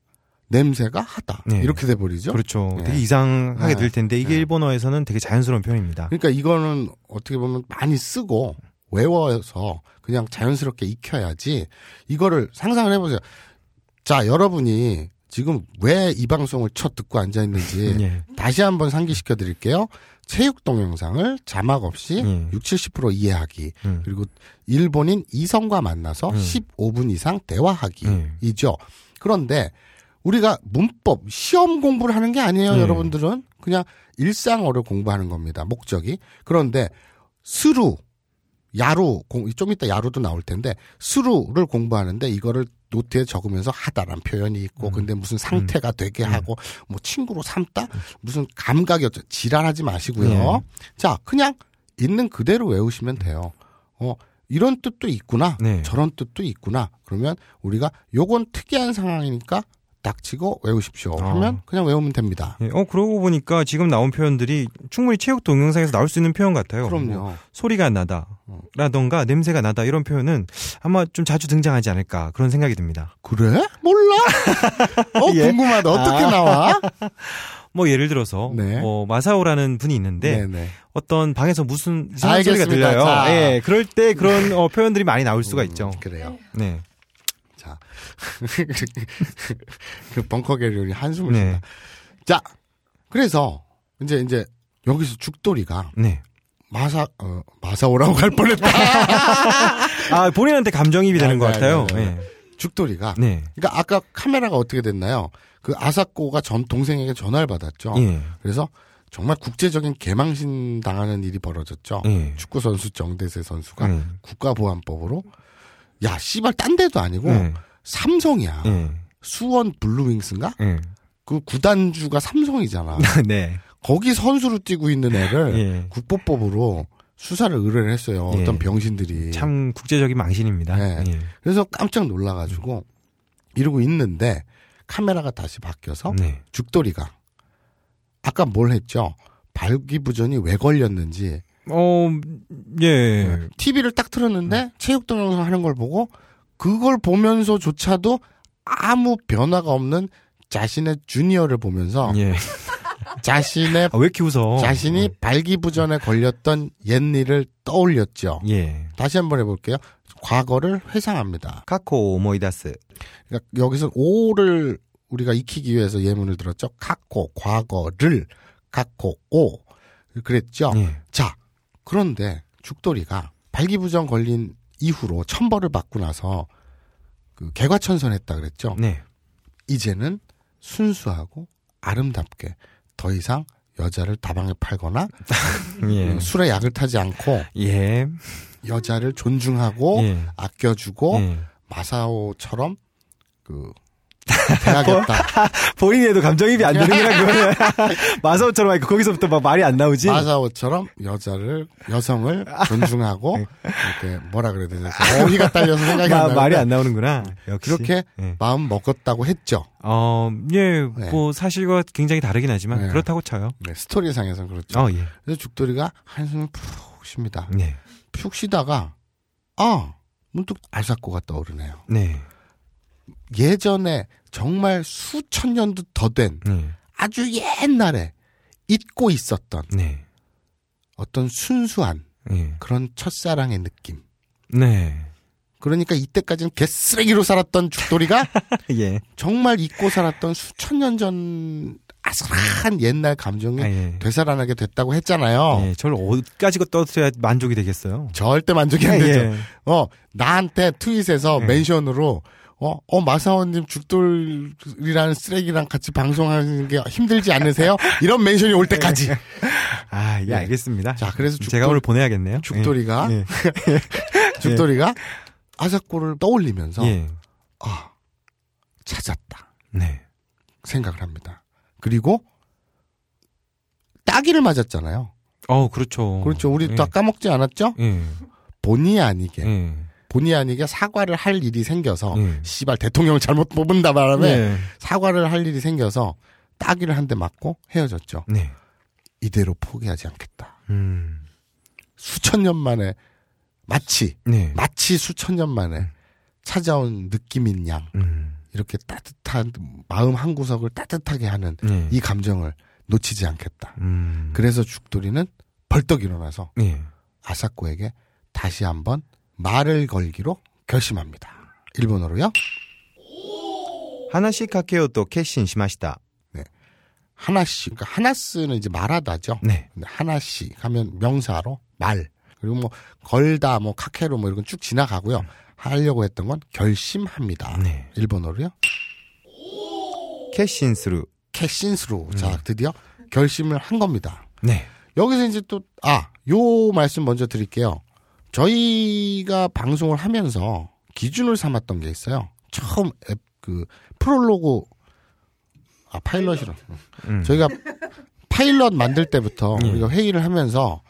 S1: 냄새가 하다
S2: 네.
S1: 이렇게 돼버리죠
S2: 그렇죠.
S1: 네.
S2: 되게 이상하게
S1: 네.
S2: 들 텐데 이게 일본어에서는 되게 자연스러운 표현입니다.
S1: 그러니까 이거는 어떻게 보면 많이 쓰고 외워서 그냥 자연스럽게 익혀야지 이거를 상상을 해보세요. 자, 여러분이 지금 왜 이 방송을 첫 듣고 앉아 있는지
S2: 예.
S1: 다시 한번 상기시켜 드릴게요. 체육 동영상을 자막 없이
S2: 음.
S1: 6, 70% 이해하기
S2: 음.
S1: 그리고 일본인 이성과 만나서 15분 이상
S2: 음.
S1: 대화하기이죠. 그런데 우리가 문법 시험 공부를 하는 게 아니에요,
S2: 음.
S1: 여러분들은. 그냥 일상어를 공부하는 겁니다. 목적이. 그런데 스루 야루 공, 좀 이따 야루도 나올 텐데 스루를 공부하는데 이거를 노트에 적으면서 하다란 표현이 있고 근데 무슨 상태가 되게 하고 뭐 친구로 삼다 무슨 감각이 어쩌 지랄하지 마시고요.
S2: 네.
S1: 자 그냥 있는 그대로 외우시면 돼요. 어 이런 뜻도 있구나
S2: 네.
S1: 저런 뜻도 있구나 그러면 우리가 요건 특이한 상황이니까 닥치고 외우십시오. 하면 그냥 외우면 됩니다.
S2: 예, 어 그러고 보니까 지금 나온 표현들이 충분히 체육 동영상에서 나올 수 있는 표현 같아요. 뭐,
S1: 그럼요. 어.
S2: 소리가 나다라던가 냄새가 나다 이런 표현은 아마 좀 자주 등장하지 않을까 그런 생각이 듭니다.
S1: 그래? 몰라? 어
S5: 예.
S1: 궁금하다. 어떻게
S5: 아.
S1: 나와?
S2: 뭐 예를 들어서
S1: 네.
S2: 뭐 마사오라는 분이 있는데
S1: 네네.
S2: 어떤 방에서 무슨 이상한 소리가
S1: 알겠습니다.
S2: 들려요.
S1: 자.
S2: 예, 그럴 때 그런 어, 표현들이 많이 나올 수가 있죠.
S1: 음, 그래요.
S2: 네.
S1: 자. 그 벙커 게리온이 한숨을
S2: 네.
S1: 쉰다. 자. 그래서 이제 이제 여기서 죽돌이가
S2: 네.
S1: 마사 어, 마사오라고 할 뻔했다.
S2: 아, 본인한테 감정이입이 되는
S1: 아,
S2: 것
S1: 네,
S2: 같아요.
S1: 네, 네, 죽돌이가
S2: 예. 네.
S1: 그러니까 아까 카메라가 어떻게 됐나요? 그 아사코가 전 동생에게 전화를 받았죠.
S2: 예.
S1: 그래서 정말 국제적인 개망신 당하는 일이 벌어졌죠.
S2: 예.
S1: 축구 선수 정대세 선수가
S2: 네.
S1: 국가보안법으로 야 씨발 딴 데도 아니고
S2: 네.
S1: 삼성이야
S2: 예.
S1: 수원 블루윙스인가
S2: 예.
S1: 그 구단주가 삼성이잖아
S2: 네.
S1: 거기 선수로 뛰고 있는 애를
S2: 예.
S1: 국보법으로 수사를 의뢰를 했어요
S2: 예.
S1: 어떤 병신들이
S2: 참 국제적인 망신입니다.
S1: 네.
S2: 예.
S1: 그래서 깜짝 놀라가지고 이러고 있는데 카메라가 다시 바뀌어서
S2: 네.
S1: 죽돌이가 아까 뭘 했죠 발기부전이 왜 걸렸는지
S2: 어, 예.
S1: TV를 딱 틀었는데
S2: 음.
S1: 체육 동영상 하는 걸 보고 그걸 보면서조차도 아무 변화가 없는 자신의 주니어를 보면서
S2: 예.
S1: 자신의
S2: 아, 왜 이렇게 웃어?
S1: 자신이 발기부전에 걸렸던 옛 일을 떠올렸죠.
S2: 예.
S1: 다시 한번 해볼게요. 과거를 회상합니다.
S2: 카코 오모이다스.
S1: 그러니까 여기서 오를 우리가 익히기 위해서 예문을 들었죠. 갖고 과거를 갖고 오 그랬죠.
S2: 예.
S1: 자, 그런데 죽돌이가 발기부전 걸린 이후로 천벌을 받고 나서 그 개과천선했다 그랬죠.
S2: 네.
S1: 이제는 순수하고 아름답게 더 이상 여자를 다방에 팔거나
S2: 예.
S1: 술에 약을 타지 않고
S2: 예.
S1: 여자를 존중하고
S2: 예.
S1: 아껴주고
S2: 예.
S1: 마사오처럼 그 해야겠다.
S5: 본인에도 감정입이 안 되는 거라 그거는 마사오처럼 하니까 거기서부터 막 말이 안 나오지.
S1: 마사오처럼 여자를 여성을 존중하고 이렇게 뭐라 그래야 되나 어휘가 딸려서 생각이
S5: 마-
S1: 안 나는데
S5: 말이 안 나오는구나. 역시.
S1: 그렇게
S2: 예.
S1: 마음 먹었다고 했죠.
S2: 네, 어, 예.
S1: 네.
S2: 뭐 사실과 굉장히 다르긴 하지만
S1: 네.
S2: 그렇다고 쳐요.
S1: 네, 스토리상에서는 그렇죠.
S2: 어, 예.
S1: 그래서 죽돌이가 한숨을 푹 쉽니다.
S2: 네.
S1: 푹 쉬다가 아 문득 알사코가 떠오르네요.
S2: 네.
S1: 예전에 정말 수천 년도 더 된
S2: 네.
S1: 아주 옛날에 잊고 있었던
S2: 네.
S1: 어떤 순수한
S2: 예.
S1: 그런 첫사랑의 느낌.
S2: 네.
S1: 그러니까 이때까지는 개쓰레기로 살았던 죽돌이가
S2: 예.
S1: 정말 잊고 살았던 수천 년 전 아슬한 옛날 감정이
S2: 아, 예.
S1: 되살아나게 됐다고 했잖아요.
S2: 예, 저를 어디까지 떠들어야 만족이 되겠어요.
S1: 절대 만족이
S2: 아, 예.
S1: 안 되죠. 어 나한테 트윗에서 멘션으로 어, 어 마사오님 죽돌이라는 쓰레기랑 같이 방송하는 게 힘들지 않으세요? 이런 멘션이 올 때까지.
S2: 예. 아, 예, 알겠습니다.
S1: 자, 그래서 죽돌-
S2: 제가 오늘 보내야겠네요.
S1: 죽돌이가
S2: 예.
S1: 죽돌이가 아사코를 떠올리면서
S2: 예. 예.
S1: 아 찾았다
S2: 네.
S1: 생각을 합니다. 그리고 따기를 맞았잖아요.
S2: 어, 그렇죠.
S1: 그렇죠. 우리
S2: 예.
S1: 다 까먹지 않았죠?
S2: 예.
S1: 본의 아니게
S2: 예.
S1: 본의 아니게 사과를 할 일이 생겨서
S2: 예.
S1: 씨발 대통령을 잘못 뽑은다 바람에
S2: 네.
S1: 사과를 할 일이 생겨서 따귀를 한 대 맞고 헤어졌죠.
S2: 네.
S1: 이대로 포기하지 않겠다.
S2: 음.
S1: 수천 년 만에 마치
S2: 네.
S1: 마치 수천 년 만에 찾아온 느낌인 양
S2: 음.
S1: 이렇게 따뜻한 마음 한 구석을 따뜻하게 하는
S2: 네.
S1: 이 감정을 놓치지 않겠다.
S2: 음.
S1: 그래서 죽돌이는 벌떡 일어나서
S2: 예.
S1: 아사코에게 다시 한번 말을 걸기로 결심합니다. 일본어로요?
S2: 하나씩 카케요 또 캐신 시마시다.
S1: 하나씩 그러니까 하나스는 이제 말하다죠.
S2: 네.
S1: 근데 하나씩 하면 명사로 말 그리고 뭐 걸다 뭐 카케로 뭐 이런 건 쭉 지나가고요. 하려고 했던 건 결심합니다.
S2: 네.
S1: 일본어로요.
S2: 캐신스루.
S1: 캐신스로 자 드디어 결심을 한 겁니다.
S2: 네.
S1: 여기서 이제 또 아 요 말씀 먼저 드릴게요. 저희가 방송을 하면서 기준을 삼았던 게 있어요. 처음 앱, 그 프롤로그 아 파일럿이랑
S2: 음.
S1: 저희가 파일럿 만들 때부터
S2: 예.
S1: 우리가 회의를 하면서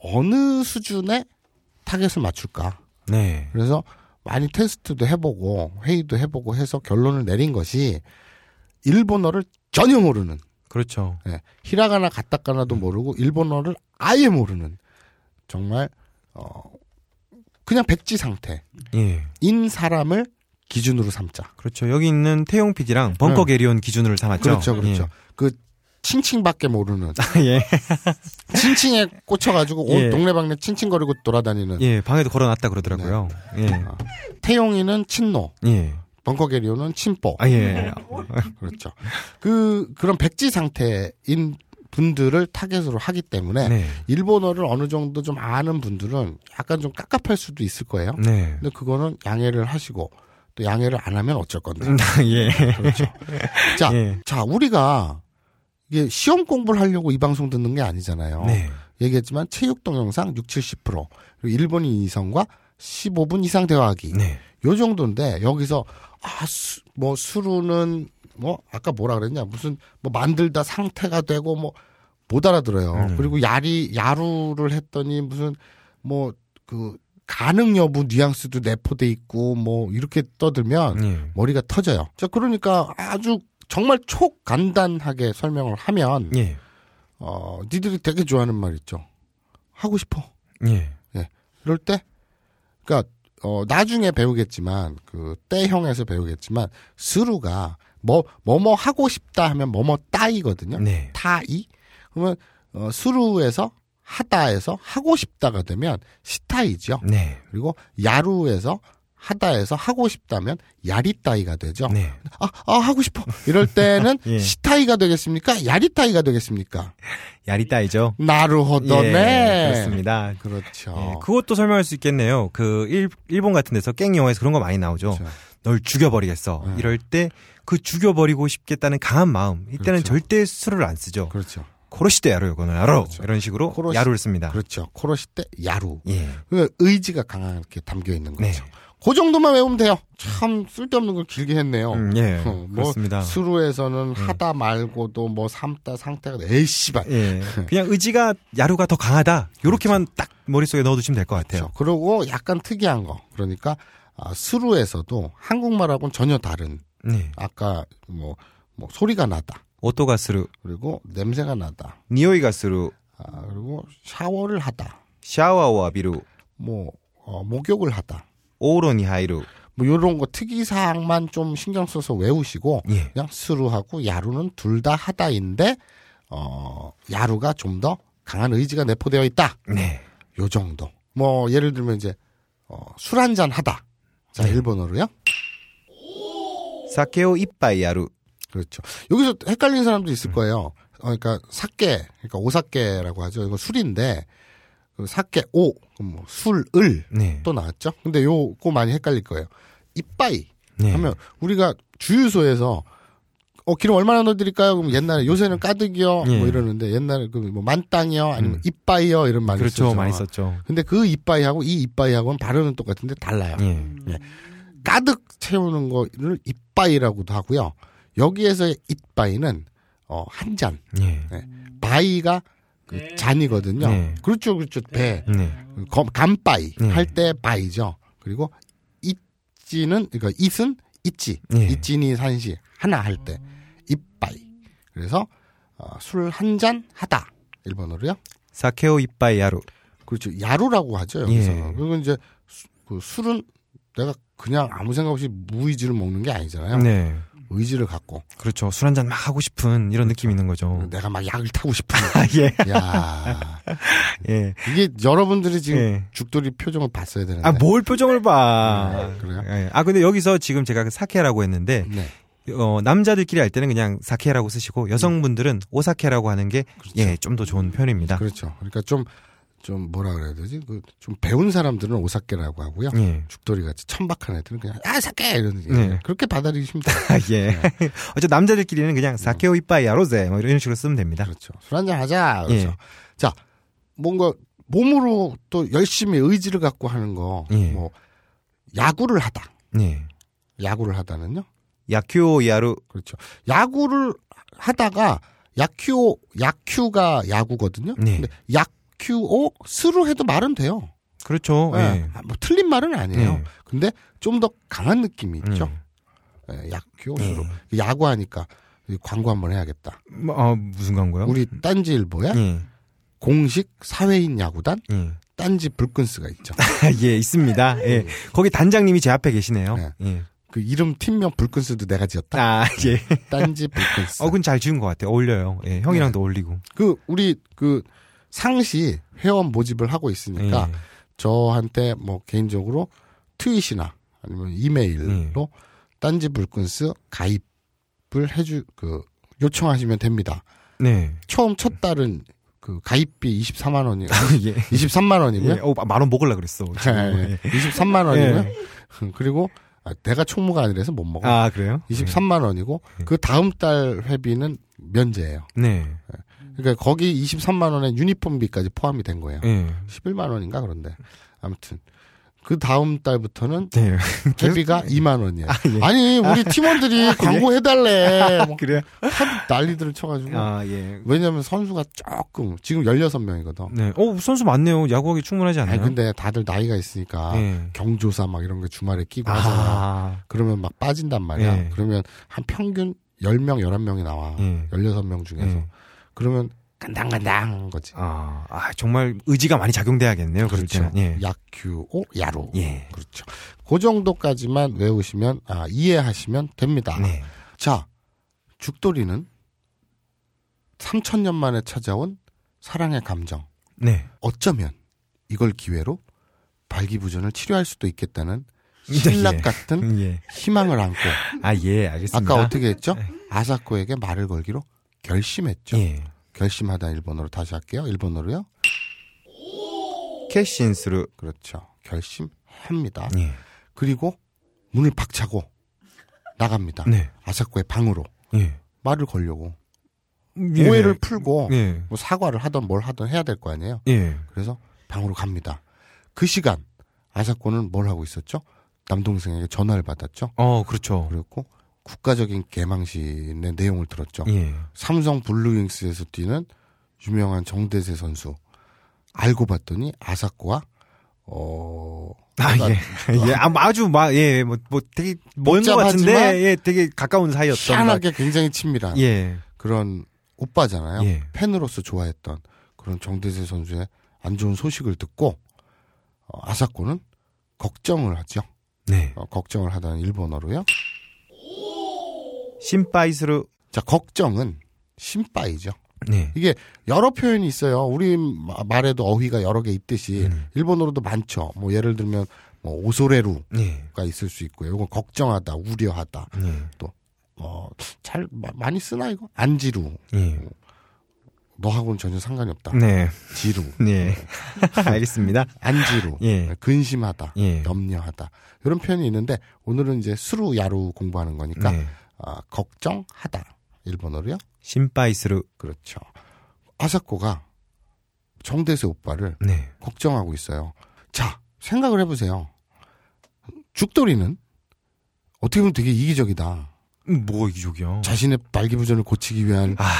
S1: 어느 수준의 타겟을 맞출까
S2: 네.
S1: 그래서 많이 테스트도 해보고 회의도 해보고 해서 결론을 내린 것이 일본어를 전혀 모르는
S2: 그렇죠.
S1: 예, 히라가나 가타카나도 모르고 일본어를 아예 모르는 정말 어 그냥 백지 상태인
S2: 예.
S1: 사람을 기준으로 삼자.
S2: 그렇죠. 여기 있는 태용 PD랑 벙커
S1: 음.
S2: 게리온 기준으로 삼았죠.
S1: 그렇죠, 그렇죠. 그 칭칭밖에 모르는
S2: 예.
S1: 칭칭에 꽂혀가지고 온
S2: 예.
S1: 동네방네 칭칭거리고 돌아다니는
S2: 예. 예. 방에도 걸어놨다 그러더라고요.
S1: 아, 태용이는 친노,
S2: 예. 예.
S1: 벙커게리오는 친뽀.
S2: 아 예.
S1: 그렇죠. 그 그런 백지 상태인 분들을 타겟으로 하기 때문에
S2: 네.
S1: 일본어를 어느 정도 좀 아는 분들은 약간 좀 깝깝할 수도 있을 거예요.
S2: 네.
S1: 근데 그거는 양해를 하시고 또 양해를 안 하면 어쩔 건데.
S2: 음, 예.
S1: 그렇죠. 자,
S2: 예.
S1: 자 우리가 이게 시험 공부를 하려고 이 방송 듣는 게 아니잖아요.
S2: 네.
S1: 얘기했지만 체육 동영상 6, 70% 그리고 일본인 이성과 15분 이상 대화하기.
S2: 네.
S1: 요 정도인데 여기서 아, 수, 뭐 수루는 뭐 아까 뭐라 그랬냐 무슨 뭐 만들다 상태가 되고 뭐 못 알아들어요.
S2: 음.
S1: 그리고 야리 야루를 했더니 무슨 뭐 그 가능 여부 뉘앙스도 내포돼 있고 뭐 이렇게 떠들면
S2: 예.
S1: 머리가 터져요. 자 그러니까 아주 정말 초간단하게 설명을 하면
S2: 예.
S1: 어 니들이 되게 좋아하는 말 있죠. 하고 싶어.
S2: 예.
S1: 이럴 때, 그러니까 어, 나중에 배우겠지만 그 때형에서 배우겠지만 스루가 뭐 뭐뭐 하고 싶다 하면 뭐뭐 따이거든요.
S2: 네.
S1: 타이 그러면 어, 스루에서 하다에서 하고 싶다가 되면 시타이죠.
S2: 네.
S1: 그리고 야루에서 하다에서 하고 싶다면 야리따이가 되죠.
S2: 네.
S1: 아, 아 하고 싶어. 이럴 때는
S2: 예.
S1: 시타이가 되겠습니까? 야리따이가 되겠습니까?
S2: 야리따이죠.
S1: 나루호더네.
S2: 예, 그렇습니다.
S1: 그렇죠.
S2: 예, 그것도 설명할 수 있겠네요. 그 일, 일본 같은 데서 깽 영화에서 그런 거 많이 나오죠.
S1: 그렇죠.
S2: 널 죽여버리겠어.
S1: 네.
S2: 이럴 때 그 죽여버리고 싶겠다는 강한 마음. 이때는
S1: 그렇죠.
S2: 절대 수를 안 쓰죠.
S1: 그렇죠.
S2: 코로시대 야루 이거는 야루
S1: 그렇죠.
S2: 이런 식으로
S1: 코로시-
S2: 야루를 씁니다.
S1: 그렇죠. 코러시 때 야루.
S2: 예,
S1: 그러니까 의지가 강하게 담겨 있는
S2: 네,
S1: 거죠. 그 정도만 외우면 돼요. 참 쓸데없는 걸 길게 했네요.
S2: 음, 예,
S1: 어, 뭐
S2: 그렇습니다. 음.
S1: 수루에서는 하다 말고도 뭐 삼다 상태가 네, 에이씨발.
S2: 예, 그냥 의지가 야루가 더 강하다. 요렇게만 딱 머릿속에 넣어두시면 될 것 같아요.
S1: 그렇죠. 그리고 약간 특이한 거. 그러니까 아, 수루에서도 한국말하고는 전혀 다른
S2: 네,
S1: 아까 뭐, 뭐 소리가 나다.
S2: 오토가스루,
S1: 그리고 냄새가 나다.
S2: 니오이가스루,
S1: 아, 그리고 샤워를 하다.
S2: 샤와와 비루,
S1: 뭐 어, 목욕을 하다.
S2: 오로니하이루.
S1: 뭐 요런 거 특이 사항만 좀 신경 써서 외우시고
S2: 예,
S1: 그냥 스루하고 야루는 둘 다 하다인데 어 야루가 좀 더 강한 의지가 내포되어 있다.
S2: 네,
S1: 요 정도. 뭐 예를 들면 이제 어, 술 한 잔 하다. 자
S2: 네.
S1: 일본어로요.
S2: 사케오 이빠이 야루.
S1: 그렇죠. 여기서 헷갈리는 사람도 있을 거예요. 어, 그러니까 사케, 그러니까 오사케라고 하죠. 이거 술인데 그 사케 오, 그럼 뭐 술을
S2: 네,
S1: 또 나왔죠. 근데 요거 많이 헷갈릴 거예요. 이빠이
S2: 네,
S1: 하면 우리가 주유소에서 어 기름 얼마나 넣어드릴까요? 그럼 옛날에 요새는 까득이요
S2: 예.
S1: 뭐 이러는데 옛날에 그뭐 만땅이요 아니면
S2: 음.
S1: 이빠이요 이런 말이
S2: 그렇죠,
S1: 썼잖아.
S2: 많이 썼죠.
S1: 근데 그 이빠이하고 이 이빠이하고는 발음은 똑같은데 달라요.
S2: 예,
S1: 가득 채우는 거를 이빠이라고도 하고요. 여기에서의 이빠이는 어, 한 잔,
S2: 예,
S1: 바이가 그 잔이거든요.
S2: 네.
S1: 그렇죠, 그렇죠. 배,
S2: 네,
S1: 검- 간바이
S2: 네.
S1: 할 때 바이죠. 그리고 있지는 그러니까 있은 있지
S2: 네.
S1: 있지니 산시 하나 할 때 이빠이. 그래서 어, 술한 잔 하다 일본어로요.
S2: 사케오 이빠이 야루.
S1: 그렇죠. 야루라고 하죠 여기서.
S2: 예.
S1: 그리고 이제 수- 그 술은 내가 그냥 아무 생각 없이 무의지를 먹는 게 아니잖아요.
S2: 네.
S1: 의지를 갖고
S2: 그렇죠. 술 한잔 막 하고 싶은
S1: 그렇죠.
S2: 이런 느낌이 있는 거죠.
S1: 내가 막 약을 타고 싶은.
S2: 아, 예.
S1: 야
S2: 예.
S1: 이게 여러분들이 지금 네.
S2: 예.
S1: 죽돌이 표정을 봤어야 되는데.
S2: 아, 뭘 표정을 봐.
S1: 아, 그래요?
S2: 예. 아, 근데 여기서 지금 제가 그 사케라고 했는데
S1: 네.
S2: 어, 남자들끼리 할 때는 그냥 사케라고
S1: 음.
S2: 쓰시고 여성분들은 오사케라고 하는 게 예, 좀 더 좋은 편입니다.
S1: 그렇죠. 그러니까 좀, 좀 뭐라 그래야 되지? 그 좀 배운 사람들은 오사케라고 하고요.
S2: 예.
S1: 죽돌이 같이 천박한 애들은 그냥, 아, 사케! 이런,
S2: 네.
S1: 그렇게 받아들이시면 돼요.
S2: 아, 예. 어째 남자들끼리는 그냥 사케오 이빠이 야로제 뭐 이런 식으로 쓰면 됩니다.
S1: 그렇죠. 술 한잔 하자.
S2: 예.
S1: 그렇죠. 자, 뭔가 몸으로 또 열심히 의지를 갖고 하는 거,
S2: 예.
S1: 뭐, 야구를 하다.
S2: 예.
S1: 야구를 하다는요?
S2: 야큐 야루
S1: 그렇죠. 야구를 하다가 야큐 야큐가 야구거든요.
S2: 네.
S1: 근데 야큐오 어? 스로 해도 말은 돼요.
S2: 그렇죠.
S1: 예.
S2: 예.
S1: 아, 뭐 틀린 말은 아니에요.
S2: 예.
S1: 근데 좀 더 강한 느낌이 있죠.
S2: 음.
S1: 예, 야큐오 스로 야구하니까 이 광고 한번 해야겠다.
S2: 뭐, 아, 무슨 광고요?
S1: 우리 딴지일보에
S2: 예.
S1: 공식 사회인 야구단
S2: 예.
S1: 딴지 불끈스가 있죠.
S2: 예, 있습니다. 예. 거기 단장님이 제 앞에 계시네요.
S1: 음. 네.
S2: 예.
S1: 그 이름 팀명 불끈스도 내가 지었다.
S2: 아, 예.
S1: 네. 딴지 불끈스.
S2: 어, 그건 잘 지은 것 같아요. 어울려요. 예, 형이랑도 어울리고.
S1: 그 우리 그 상시 회원 모집을 하고 있으니까
S2: 예.
S1: 저한테 뭐 개인적으로 트윗이나 아니면 이메일로
S2: 예.
S1: 딴지 불끈스 가입을 해주 그 요청하시면 됩니다.
S2: 네.
S1: 처음 첫 달은 그 가입비 24만 원이
S2: 예.
S1: 23만
S2: 예.
S1: 원이고요.
S2: 어, 만원 먹으려 그랬어. 지금.
S1: 예,
S2: 예.
S1: 23만 원이고요. 그리고 아, 내가 총무가 아니라서 못 먹어.
S2: 아, 예. 그래요?
S1: 23만 원이고 그 다음 달 회비는 면제예요.
S2: 네.
S1: 그러니까 거기 23만 원에 유니폼비까지 포함이 된 거예요.
S2: 예.
S1: 11만 원인가 그런데 아무튼 그 다음 달부터는
S2: 네.
S1: 회비가 2만 원이에요. 아,
S2: 예. 아,
S1: 니 우리 팀원들이 광고 해달래. 뭐
S2: 그래요?
S1: 하도 난리들을 쳐가지고
S2: 아, 예.
S1: 왜냐하면 선수가 조금 지금 16명이거든.
S2: 네. 어, 선수 많네요. 야구하기 충분하지
S1: 아니
S2: 않나요?
S1: 근데 아, 다들 나이가 있으니까
S2: 예.
S1: 경조사 막 이런 거 주말에 끼고 하잖아.
S2: 아.
S1: 그러면 막 빠진단 말이야.
S2: 예.
S1: 그러면 한 평균 10명, 11명이 나와.
S2: 예.
S1: 16명 중에서.
S2: 예.
S1: 그러면 간당간당한 거지.
S2: 아, 아, 정말 의지가 많이 작용돼야겠네요. 그럴
S1: 그렇죠.
S2: 때는. 예.
S1: 약규오 야로.
S2: 예.
S1: 그렇죠. 그 정도까지만 외우시면 아, 이해하시면 됩니다.
S2: 네.
S1: 자, 죽돌이는 3천 년 만에 찾아온 사랑의 감정.
S2: 네.
S1: 어쩌면 이걸 기회로 발기부전을 치료할 수도 있겠다는 신락
S2: 예.
S1: 같은
S2: 예.
S1: 희망을 안고
S2: 아, 예, 알겠습니다. 네.
S1: 아까 어떻게 했죠? 아사코에게 말을 걸기로 결심했죠.
S2: 예.
S1: 결심하다 일본어로 다시 할게요. 일본어로요.
S2: 캐신스루.
S1: 그렇죠. 결심합니다.
S2: 예.
S1: 그리고 문을 박차고 나갑니다.
S2: 네.
S1: 아사코의 방으로
S2: 예.
S1: 말을 걸려고
S2: 예.
S1: 오해를 풀고
S2: 예.
S1: 뭐 사과를 하던 뭘 하던 해야 될 거 아니에요.
S2: 예.
S1: 그래서 방으로 갑니다. 그 시간 아사코는 뭘 하고 있었죠? 남동생에게 전화를 받았죠.
S2: 어, 그렇죠.
S1: 그리고 국가적인 개망신의 내용을 들었죠.
S2: 예.
S1: 삼성 블루윙스에서 뛰는 유명한 정대세 선수 알고 봤더니 아사코와 어
S2: 아, 예. 예. 아, 아주 막, 예, 뭐, 뭐 되게 먼 것 같은데,
S1: 복잡하지만
S2: 예, 되게 가까운 사이였던.
S1: 희한하게 굉장히 친밀한
S2: 막- 예.
S1: 그런 오빠잖아요.
S2: 예.
S1: 팬으로서 좋아했던 그런 정대세 선수의 안 좋은 소식을 듣고 어, 아사코는 걱정을 하죠.
S2: 네.
S1: 어, 걱정을 하다는 일본어로요.
S2: 심파이스루.
S1: 자, 걱정은 심빠이죠.
S2: 네.
S1: 이게 여러 표현이 있어요. 우리 마- 말에도 어휘가 여러 개 있듯이
S2: 음.
S1: 일본어로도 많죠. 뭐 예를 들면 뭐 오소레루가
S2: 예.
S1: 있을 수 있고요. 이건 걱정하다, 우려하다. 뭐
S2: 예.
S1: 또어잘 많이 쓰나 이거? 안지루.
S2: 예.
S1: 너하고는 전혀 상관이 없다.
S2: 네.
S1: 지루.
S2: 네. 알겠습니다.
S1: 안지루, 네,
S2: 예.
S1: 근심하다,
S2: 예.
S1: 염려하다 이런 표현이 있는데 오늘은 이제 수루 야루 공부하는 거니까
S2: 네.
S1: 아, 걱정하다 일본어로요.
S2: 심파이스루.
S1: 그렇죠. 아사코가 정대세 오빠를
S2: 네.
S1: 걱정하고 있어요. 자 생각을 해보세요. 죽돌이는 어떻게 보면 되게 이기적이다.
S2: 뭐, 이족이요.
S1: 자신의 발기부전을 고치기 위한
S2: 아,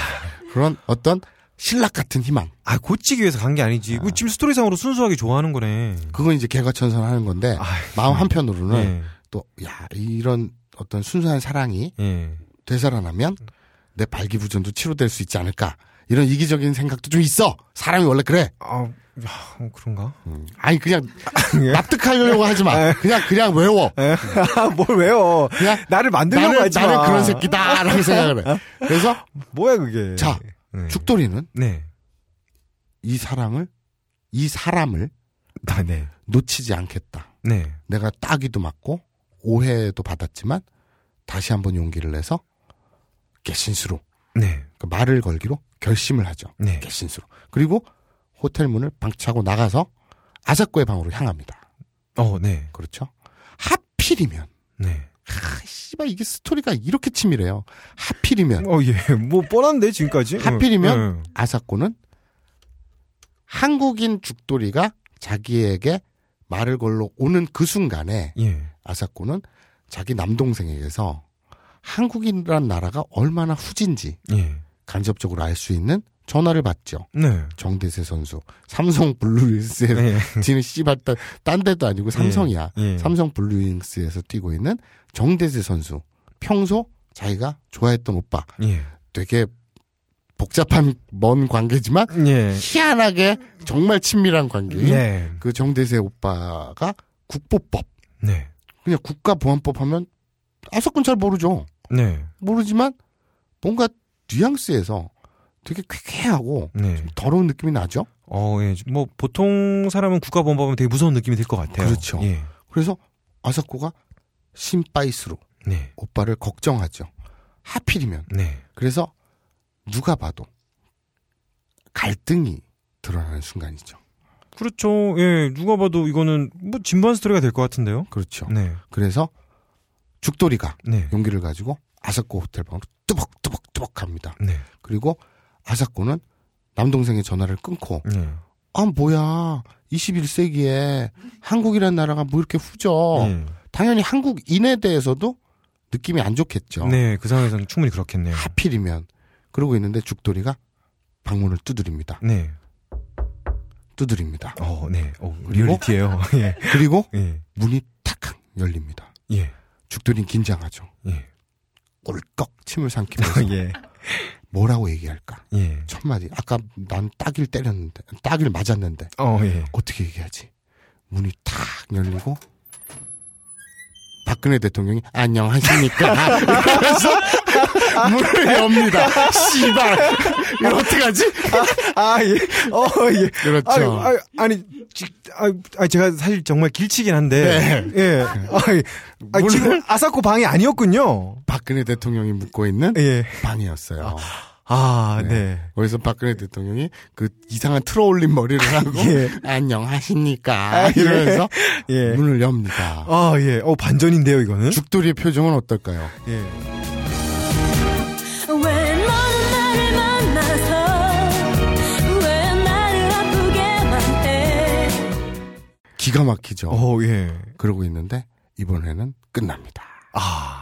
S1: 그런 어떤 신락 같은 희망.
S2: 아, 고치기 위해서 간 게 아니지. 뭐 지금 스토리상으로 순수하게 좋아하는 거네.
S1: 그건 이제 개과천선하는 건데
S2: 아,
S1: 마음 한편으로는
S2: 예.
S1: 또 야 이런 어떤 순수한 사랑이
S2: 예.
S1: 되살아나면 내 발기부전도 치료될 수 있지 않을까 이런 이기적인 생각도 좀 있어 사람이 원래 그래
S2: 아, 야, 그런가?
S1: 아니 그냥
S2: 네.
S1: 납득하려고 하지
S2: 아,
S1: 마 그냥 그냥 외워
S2: 뭘 왜요?
S1: 그냥
S2: 나를 만들려고
S1: 나는
S2: 하지 마.
S1: 나는 그런 새끼다라고 생각을 해 그래서
S2: 뭐야 그게?
S1: 자,
S2: 네.
S1: 죽돌이는
S2: 네.
S1: 이 사랑을 이 사람을
S2: 아, 네.
S1: 놓치지 않겠다
S2: 네.
S1: 내가 따기도 맞고 오해도 받았지만 다시 한번 용기를 내서 개신수로
S2: 네.
S1: 그 말을 걸기로 결심을 하죠.
S2: 네.
S1: 개신수로. 그리고 호텔 문을 방치하고 나가서 아사코의 방으로 향합니다.
S2: 어, 네.
S1: 그렇죠? 하필이면
S2: 네.
S1: 아, 씨발 이게 스토리가 이렇게 치밀해요. 하필이면
S2: 어, 예. 뭐 뻔한데 지금까지.
S1: 하필이면?
S2: 어,
S1: 아사코는 한국인 죽돌이가 자기에게 말을 걸러 오는 그 순간에
S2: 예. 예.
S1: 아사코는 자기 남동생에게서 한국인이란 나라가 얼마나 후진지
S2: 예.
S1: 간접적으로 알 수 있는 전화를 받죠.
S2: 네.
S1: 정대세 선수, 삼성 블루윙스에
S2: 예.
S1: 지는 씨발 딴, 딴 데도 아니고 네. 삼성이야.
S2: 예.
S1: 삼성 블루윙스에서 뛰고 있는 정대세 선수. 평소 자기가 좋아했던 오빠.
S2: 예.
S1: 되게 복잡한 먼 관계지만
S2: 예.
S1: 네. 희한하게 정말 친밀한 관계인
S2: 예.
S1: 그 정대세 오빠가 국보법
S2: 네.
S1: 그냥 국가보안법 하면 아석군 잘 모르죠
S2: 네.
S1: 모르지만 뭔가 뉘앙스에서 되게 쾌쾌하고
S2: 네.
S1: 더러운 느낌이 나죠
S2: 어, 예. 뭐 보통 사람은 국가 범법하면 되게 무서운 느낌이 들 것 같아요.
S1: 그렇죠.
S2: 예.
S1: 그래서 아사코가 심바이스로
S2: 네.
S1: 오빠를 걱정하죠 하필이면
S2: 네.
S1: 그래서 누가 봐도 갈등이 드러나는 순간이죠
S2: 그렇죠. 예. 누가 봐도 이거는 뭐 진부한 스토리가 될 것 같은데요.
S1: 그렇죠
S2: 네.
S1: 그래서 죽돌이가
S2: 네.
S1: 용기를 가지고 아사코 호텔 방으로 뚜벅뚜벅뚜벅 갑니다.
S2: 네.
S1: 그리고 아사코는 남동생의 전화를 끊고
S2: 네.
S1: 아 뭐야 21세기에 한국이라는 나라가 뭐 이렇게
S5: 어.
S1: 후져
S2: 예.
S1: 당연히 한국인에 대해서도 느낌이 안
S5: 어.
S1: 좋겠죠.
S2: 네. 그 상황에서는 충분히 그렇겠네요.
S1: 하필이면 그러고 있는데 죽돌이가 방문을 두드립니다.
S2: 네.
S1: 두드립니다.
S2: 어, 네. 어,
S1: 그리고?
S2: 리얼리티예요.
S5: 뭐?
S2: 예.
S1: 그리고
S2: 예.
S1: 문이 탁 열립니다.
S2: 예.
S1: 죽돌이는 긴장하죠.
S2: 예.
S1: 꿀꺽 침을 삼키면서
S5: 어,
S2: 예.
S1: 뭐라고 얘기할까?
S2: 예.
S1: 첫 마디. 아까 난 따길 때렸는데, 따길 맞았는데
S2: 어, 예.
S1: 어떻게 얘기하지? 문이 탁 열리고 박근혜 대통령이 안녕하십니까? 그래서 문을 엽니다. 씨발. 이거 어떡하지?
S5: 아, 예. 어, 예.
S1: 그렇죠.
S5: 아니, 아니, 아니,
S2: 지- 아, 아, 제가 사실 정말 길치긴 한데. 예.
S5: 아니, 아니, 지금 아사코 방이 아니었군요.
S1: 박근혜 대통령이 묵고 있는
S5: 예.
S1: 방이었어요.
S5: 아, 네.
S1: 거기서 박근혜 대통령이 그 이상한 틀어올린 머리를 하고
S5: 예.
S1: 안녕하십니까?
S5: 아, 예.
S1: 이러면서
S5: 예.
S1: 문을 엽니다.
S5: 아, 예. 어, 반전인데요, 이거는.
S1: 죽돌이의 표정은 어떨까요?
S5: 예.
S4: 왜 너는 나를 만나서 왜 나를 아프게만 해
S1: 기가 막히죠.
S5: 어, 예.
S1: 그러고 있는데 이번 회는 끝납니다. 네.
S5: 아,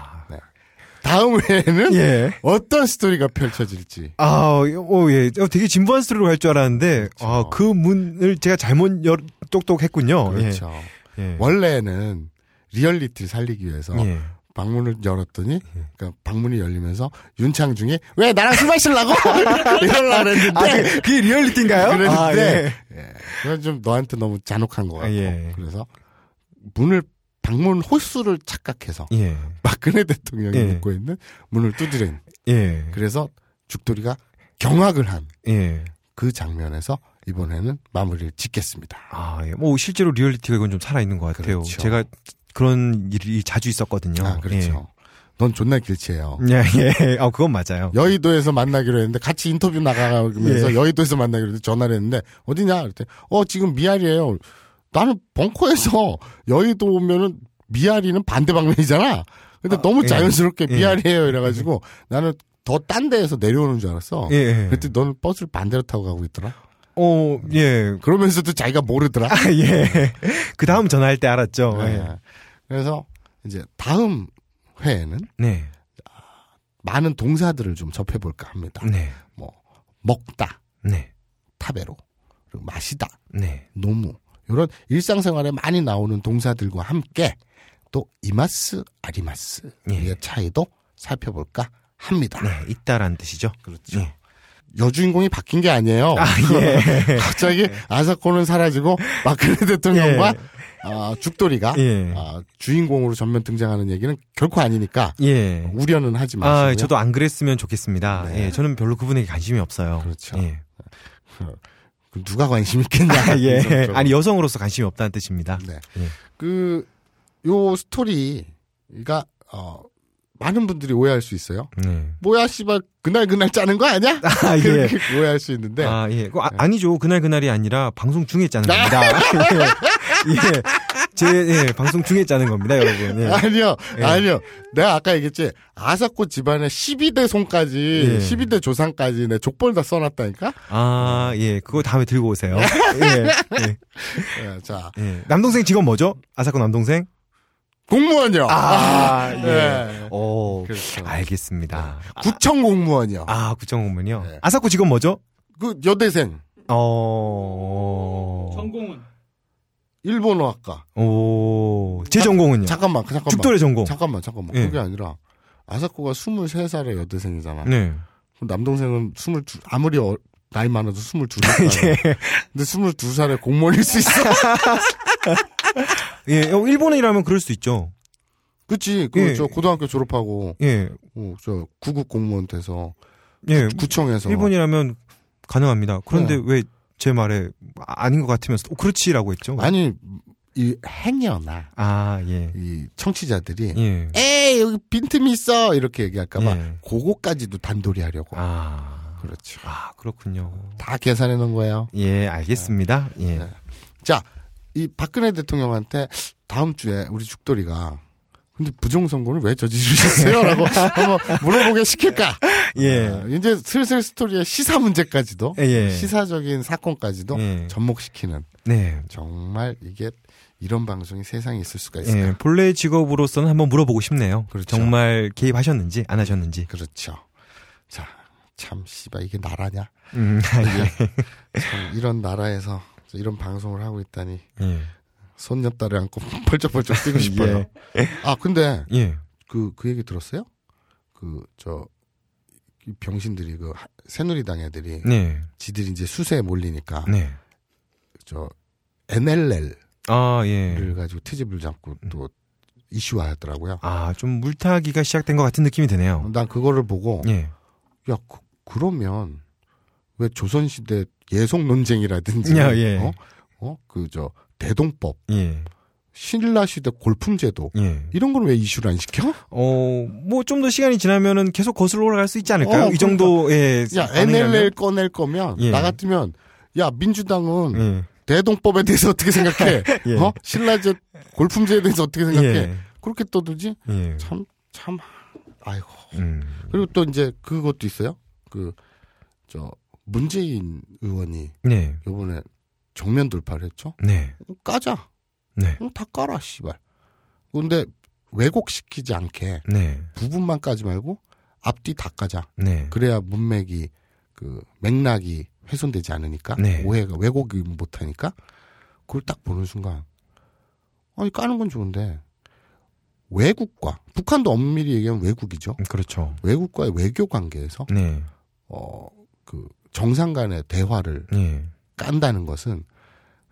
S1: 다음 회에는
S5: 예.
S1: 어떤 스토리가 펼쳐질지.
S5: 아, 오, 예. 어, 되게 진부한 스토리로 갈 줄 알았는데,
S1: 그렇죠.
S5: 아, 그 문을 제가 잘못 열, 똑똑 했군요.
S1: 그렇죠.
S5: 예. 예.
S1: 원래는 리얼리티를 살리기 위해서
S5: 예.
S1: 방문을 열었더니 그러니까 방문이 열리면서 윤창중이 왜 나랑 술 마실라고 이럴라
S5: 아,
S1: 그랬는데
S5: 그- 그게 리얼리티인가요?
S1: 그랬는데
S5: 아, 예.
S1: 예. 그건 좀 너한테 너무 잔혹한 것 같고
S5: 아, 예.
S1: 그래서 문을 방문 홀수를 착각해서
S5: 예.
S1: 박근혜 대통령이
S5: 예.
S1: 묵고 있는 문을 두드린
S5: 예.
S1: 그래서 죽돌이가 경악을 한 그
S5: 예.
S1: 장면에서 이번에는 마무리를 짓겠습니다.
S2: 아, 예. 뭐 실제로 리얼리티가 이건 좀 살아 있는 것 같아요.
S1: 그렇죠.
S2: 제가 그런 일이 자주 있었거든요.
S1: 아 그렇죠. 넌 존나 길치예요.
S2: 예. 예, 예. 아, 그건 맞아요.
S1: 여의도에서 만나기로 했는데 같이 인터뷰
S2: 예.
S1: 나가면서 여의도에서 만나기로 했는데 전화를 했는데 어디냐 그랬더니 어 지금 미아리예요. 나는 벙커에서 여의도 오면은 미아리는 반대 방면이잖아. 근데 너무
S2: 예.
S1: 자연스럽게
S2: 예.
S1: 미아리예요 이래가지고 나는 더 딴 데에서 내려오는 줄 알았어.
S2: 예. 예.
S1: 그랬더니 너는 버스를 반대로 타고 가고 있더라.
S2: 어, 예.
S1: 그러면서도 자기가 모르더라.
S2: 아, 예. 그 다음 전화할 때 알았죠. 예.
S1: 예. 그래서 이제 다음 회에는
S2: 네.
S1: 많은 동사들을 좀 접해볼까 합니다.
S2: 네.
S1: 뭐 먹다,
S2: 네.
S1: 타베로, 그리고 마시다,
S2: 네.
S1: 노무 이런 일상생활에 많이 나오는 동사들과 함께 또 이마스 아리마스의
S2: 예.
S1: 차이도 살펴볼까 합니다.
S2: 네. 있다란 뜻이죠. 예.
S1: 그렇죠. 여주인공이 바뀐 게 아니에요. 갑자기
S2: 네.
S1: 아사코는 사라지고 마크레 대통령과 아, 죽돌이가
S2: 예.
S1: 아, 주인공으로 전면 등장하는 얘기는 결코 아니니까
S2: 예.
S1: 우려는 하지 마시고요.
S2: 아, 저도 안 그랬으면 좋겠습니다. 예. 저는 별로 그분에게 관심이 없어요.
S1: 그렇죠.
S2: 예.
S1: 그럼 누가 관심 있겠냐.
S2: 아, 예.
S1: 그래서
S2: 아니, 여성으로서 관심이 없다는 뜻입니다.
S1: 네.
S2: 예.
S1: 그, 요 스토리가, 어, 많은 분들이 오해할 수 있어요.
S2: 네.
S1: 뭐야 씨발 그날 그날 짜는 거 아니야?
S2: 아, 예.
S1: 그렇게 오해할 수 있는데
S2: 아, 예. 그거 아, 니죠 그날 그날이 아니라 방송 중에 짜는 겁니다. 예. 예. 제, 예, 방송 중에 짜는 겁니다, 여러분. 예.
S1: 아니요,
S2: 예.
S1: 아니요. 내가 아까 얘기했지. 아사코 집안의 12대 손까지,
S2: 예.
S1: 12대 조상까지 내 족벌 다 써놨다니까?
S2: 아, 예. 그거 다음에 들고 오세요. 예. 예.
S1: 예, 자,
S2: 예. 남동생 직업 뭐죠? 아사코 남동생?
S1: 공무원이요.
S2: 아,
S1: 예.
S2: 오.
S1: 그렇죠.
S2: 알겠습니다.
S1: 구청 공무원이요.
S2: 아, 구정공문요.
S1: 네.
S2: 아사코 직업 뭐죠?
S1: 그 여대생,
S2: 어.
S6: 전공은
S1: 일본어학과.
S2: 오. 제 전공은요?
S1: 잠깐만, 그 잠깐만.
S2: 예. 죽돌의 전공.
S1: 잠깐만, 잠깐만.
S2: 예.
S1: 그게 아니라, 아사코가 23살의 여대생이잖아.
S2: 네.
S1: 그럼 남동생은 22, 아무리 어- 나이 많아도 22살. 근데 22살의 공무원일 수 있어.
S2: 예. 어, 일본인이라면 그럴 수 있죠.
S1: 그치. 그,
S2: 예.
S1: 저, 고등학교 졸업하고,
S2: 예.
S1: 어, 저, 구급 공무원 돼서,
S2: 예.
S1: 구청에서.
S2: 일본이라면 가능합니다. 그런데
S1: 네.
S2: 왜 제 말에 아- 아닌 것 같으면서 또 그렇지라고 했죠?
S1: 아니 이 행여나
S2: 아, 예.
S1: 이 청취자들이
S2: 예.
S1: 에이 여기 빈틈이 있어 이렇게 얘기할까봐
S2: 예.
S1: 그거까지도 단돌이 하려고
S2: 아.
S1: 그렇죠
S2: 아, 그렇군요.
S1: 다 계산해 놓은 거예요
S2: 예, 알겠습니다. 예.
S1: 네. 자 이 박근혜 대통령한테 다음 주에 우리 죽돌이가 근데 부정선거를 왜 저지르셨어요? 라고 한번 물어보게 시킬까?
S2: 네. 예.
S1: 아, 이제 슬슬 스토리의 시사 문제까지도
S2: 예.
S1: 시사적인 사건까지도
S2: 예.
S1: 접목시키는
S2: 네.
S1: 정말 이게 이런 방송이 세상에 있을 수가 있을까?
S2: 예, 본래 직업으로서는 한번 물어보고 싶네요.
S1: 그렇죠.
S2: 정말 개입하셨는지 안 하셨는지.
S1: 그렇죠. 자, 참 씨발 이게 나라냐?
S2: 음,
S1: 참 이런 나라에서 이런 방송을 하고 있다니
S2: 예.
S1: 손녀딸을 안고 펄쩍펄쩍 뛰고 싶어요. 아 근데
S2: 예.
S1: 그 그 얘기 들었어요? 그 저 병신들이 그 하- 새누리당 애들이
S2: 네.
S1: 지들이 이제 수세에 몰리니까
S2: 네.
S1: 저 NLL을
S2: 아, 예. 음.
S1: 가지고 트집을 잡고 또 이슈화했더라고요.
S2: 아, 좀 물타기가 시작된 것 같은 느낌이 드네요.
S1: 난 그거를 보고
S2: 예.
S1: 야, 그, 그러면 왜 조선시대 예속 논쟁이라든지,
S2: 야, 예.
S1: 어, 어, 그 저 대동법,
S2: 예.
S1: 신라시대 골품제도
S2: 예.
S1: 이런 걸 왜 이슈를 안 시켜?
S2: 어, 뭐 좀 더 시간이 지나면은 계속 거슬러 올라갈 수 있지 않을까요?
S1: 어,
S2: 이 정도 예.
S1: 야,
S2: 반응이라면?
S1: NLL 꺼낼 거면
S2: 예.
S1: 나 같으면 야 민주당은
S2: 예.
S1: 대동법에 대해서 어떻게 생각해?
S2: 예.
S1: 어, 신라제 골품제에 대해서 어떻게 생각해?
S2: 예.
S1: 그렇게 떠들지?
S2: 예.
S1: 참, 참, 아이고.
S2: 음.
S1: 그리고 또 이제 그것도 있어요. 그 저 문재인 의원이
S2: 네.
S1: 요번에 정면 돌파를 했죠.
S2: 네.
S1: 까자.
S2: 네.
S1: 응, 다 깔아, 씨발. 근데 왜곡시키지 않게
S2: 네.
S1: 부분만 까지 말고 앞뒤 다 까자.
S2: 네.
S1: 그래야 문맥이 그 맥락이 훼손되지 않으니까
S2: 네.
S1: 오해가 왜곡이 못하니까 그걸 딱 보는 순간 아니 까는 건 좋은데 외국과 북한도 엄밀히 얘기하면 외국이죠.
S2: 그렇죠.
S1: 외국과의 외교 관계에서
S2: 네.
S1: 어 그 정상 간의 대화를
S2: 예.
S1: 깐다는 것은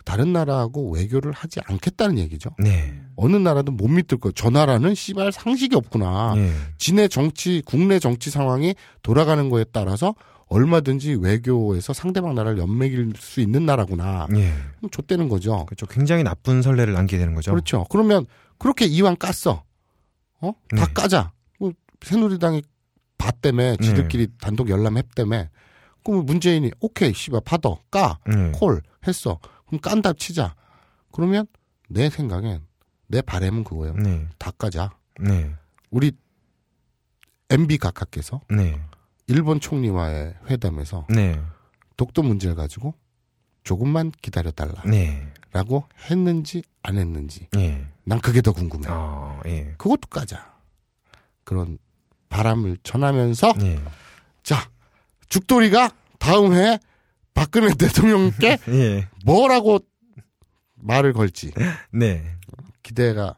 S1: 다른 나라하고 외교를 하지 않겠다는 얘기죠.
S2: 네.
S1: 어느 나라도 못 믿을 거예요. 저 나라는 씨발 상식이 없구나.
S2: 예.
S1: 진의 정치, 국내 정치 상황이 돌아가는 거에 따라서 얼마든지 외교에서 상대방 나라를 연맥일 수 있는 나라구나.
S2: 예.
S1: 그럼 좆되는 거죠.
S2: 그렇죠. 굉장히 나쁜 선례를 남게 되는 거죠.
S1: 그렇죠. 그러면 그렇게 이왕 깠어. 어? 다
S2: 네.
S1: 까자. 뭐 새누리당이 봐 때문에 지들끼리 단독 열람했 때문에 그럼 문재인이 오케이 씨발 받아 까.
S2: 예.
S1: 콜 했어. 그럼 깐다 치자. 그러면 내 생각엔 내 바램은 그거예요.
S2: 네.
S1: 다 까자.
S2: 네.
S1: 우리 MB 각하께서
S2: 네.
S1: 일본 총리와의 회담에서
S2: 네.
S1: 독도 문제를 가지고 조금만 기다려달라라고
S2: 네.
S1: 했는지 안 했는지
S2: 예.
S1: 난 그게 더 궁금해.
S2: 아, 예.
S1: 그것도 까자. 그런 바람을 전하면서
S2: 예.
S1: 자 죽돌이가 다음 해에 박근혜 대통령께
S2: 예.
S1: 뭐라고 말을 걸지
S2: 네.
S1: 기대가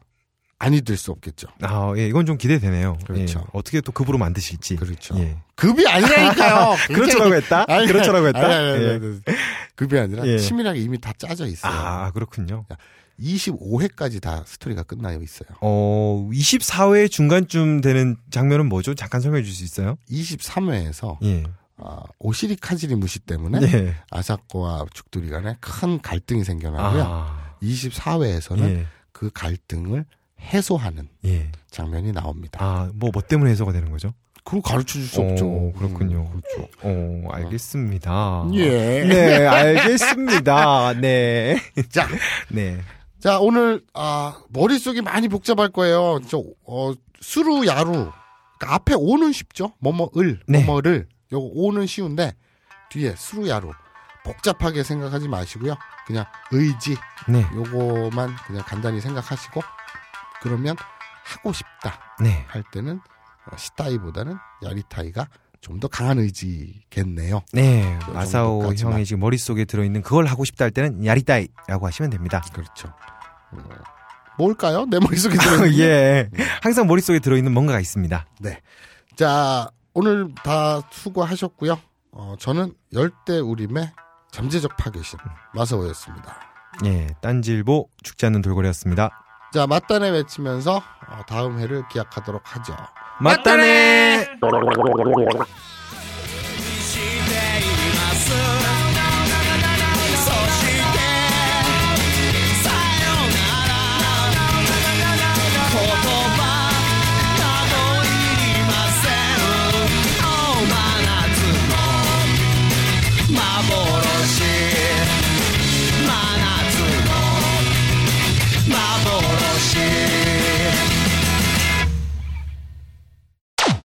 S1: 아니 될 수 없겠죠.
S2: 아, 예. 이건 좀 기대되네요.
S1: 그렇죠.
S2: 예. 어떻게 또 급으로 만드실지.
S1: 그렇죠.
S2: 예.
S1: 급이 아니라니까요.
S2: 그렇죠라고 했다?
S1: 아니,
S2: 그렇죠라고 했다?
S1: 아니, 아니, 아니,
S2: 예.
S1: 아니, 아니. 급이 아니라
S2: 예.
S1: 치밀하게 이미 다 짜져 있어요.
S2: 아, 그렇군요.
S1: 25회까지 다 스토리가 끝나요 있어요.
S2: 어, 24회 중간쯤 되는 장면은 뭐죠? 잠깐 설명해 줄 수 있어요?
S1: 23회에서
S2: 예.
S1: 아, 오시리 카지리 무시 때문에
S2: 예.
S1: 아사코와 죽돌이 간에 큰 갈등이 생겨나고요.
S2: 아.
S1: 24회에서는
S2: 예.
S1: 그 갈등을 해소하는
S2: 예.
S1: 장면이 나옵니다.
S2: 아, 뭐, 뭐 때문에 해소가 되는 거죠?
S1: 그걸 가르쳐 줄 수
S2: 어,
S1: 없죠.
S2: 그렇군요. 아.
S1: 음, 그렇죠.
S2: 어, 알겠습니다.
S1: 예.
S5: 네, 알겠습니다. 네.
S1: 자,
S2: 네.
S1: 자 오늘 아 머릿속이 많이 복잡할 거예요. 저 어, 수루 야루 그러니까 앞에 오는 쉽죠. 뭐뭐을
S2: 네.
S1: 뭐뭐를 요거 오는 쉬운데 뒤에 수루 야루 복잡하게 생각하지 마시고요. 그냥 의지
S2: 네.
S1: 요거만 그냥 간단히 생각하시고 그러면 하고 싶다
S2: 네.
S1: 할 때는 어, 시타이보다는 야리타이가 좀 더 강한 의지겠네요.
S2: 네.
S1: 그
S2: 마사오
S1: 정도까지만.
S2: 형이 지금 머릿속에 들어있는 그걸 하고 싶다 할 때는 야리다이라고 하시면 됩니다.
S1: 그렇죠. 음, 뭘까요? 내 머릿속에 들어있는 게.
S2: 예. 항상 머릿속에 들어있는 뭔가가 있습니다.
S1: 자, 오늘 다 수고하셨고요. 어, 저는 열대 우림의 잠재적 파괴신 마사오였습니다.
S2: 예. 딴질보 죽지 않는 돌고래였습니다.
S1: 자, 맞단에 외치면서 어, 다음 회를 기약하도록 하죠.
S2: 맞다네!
S6: 幻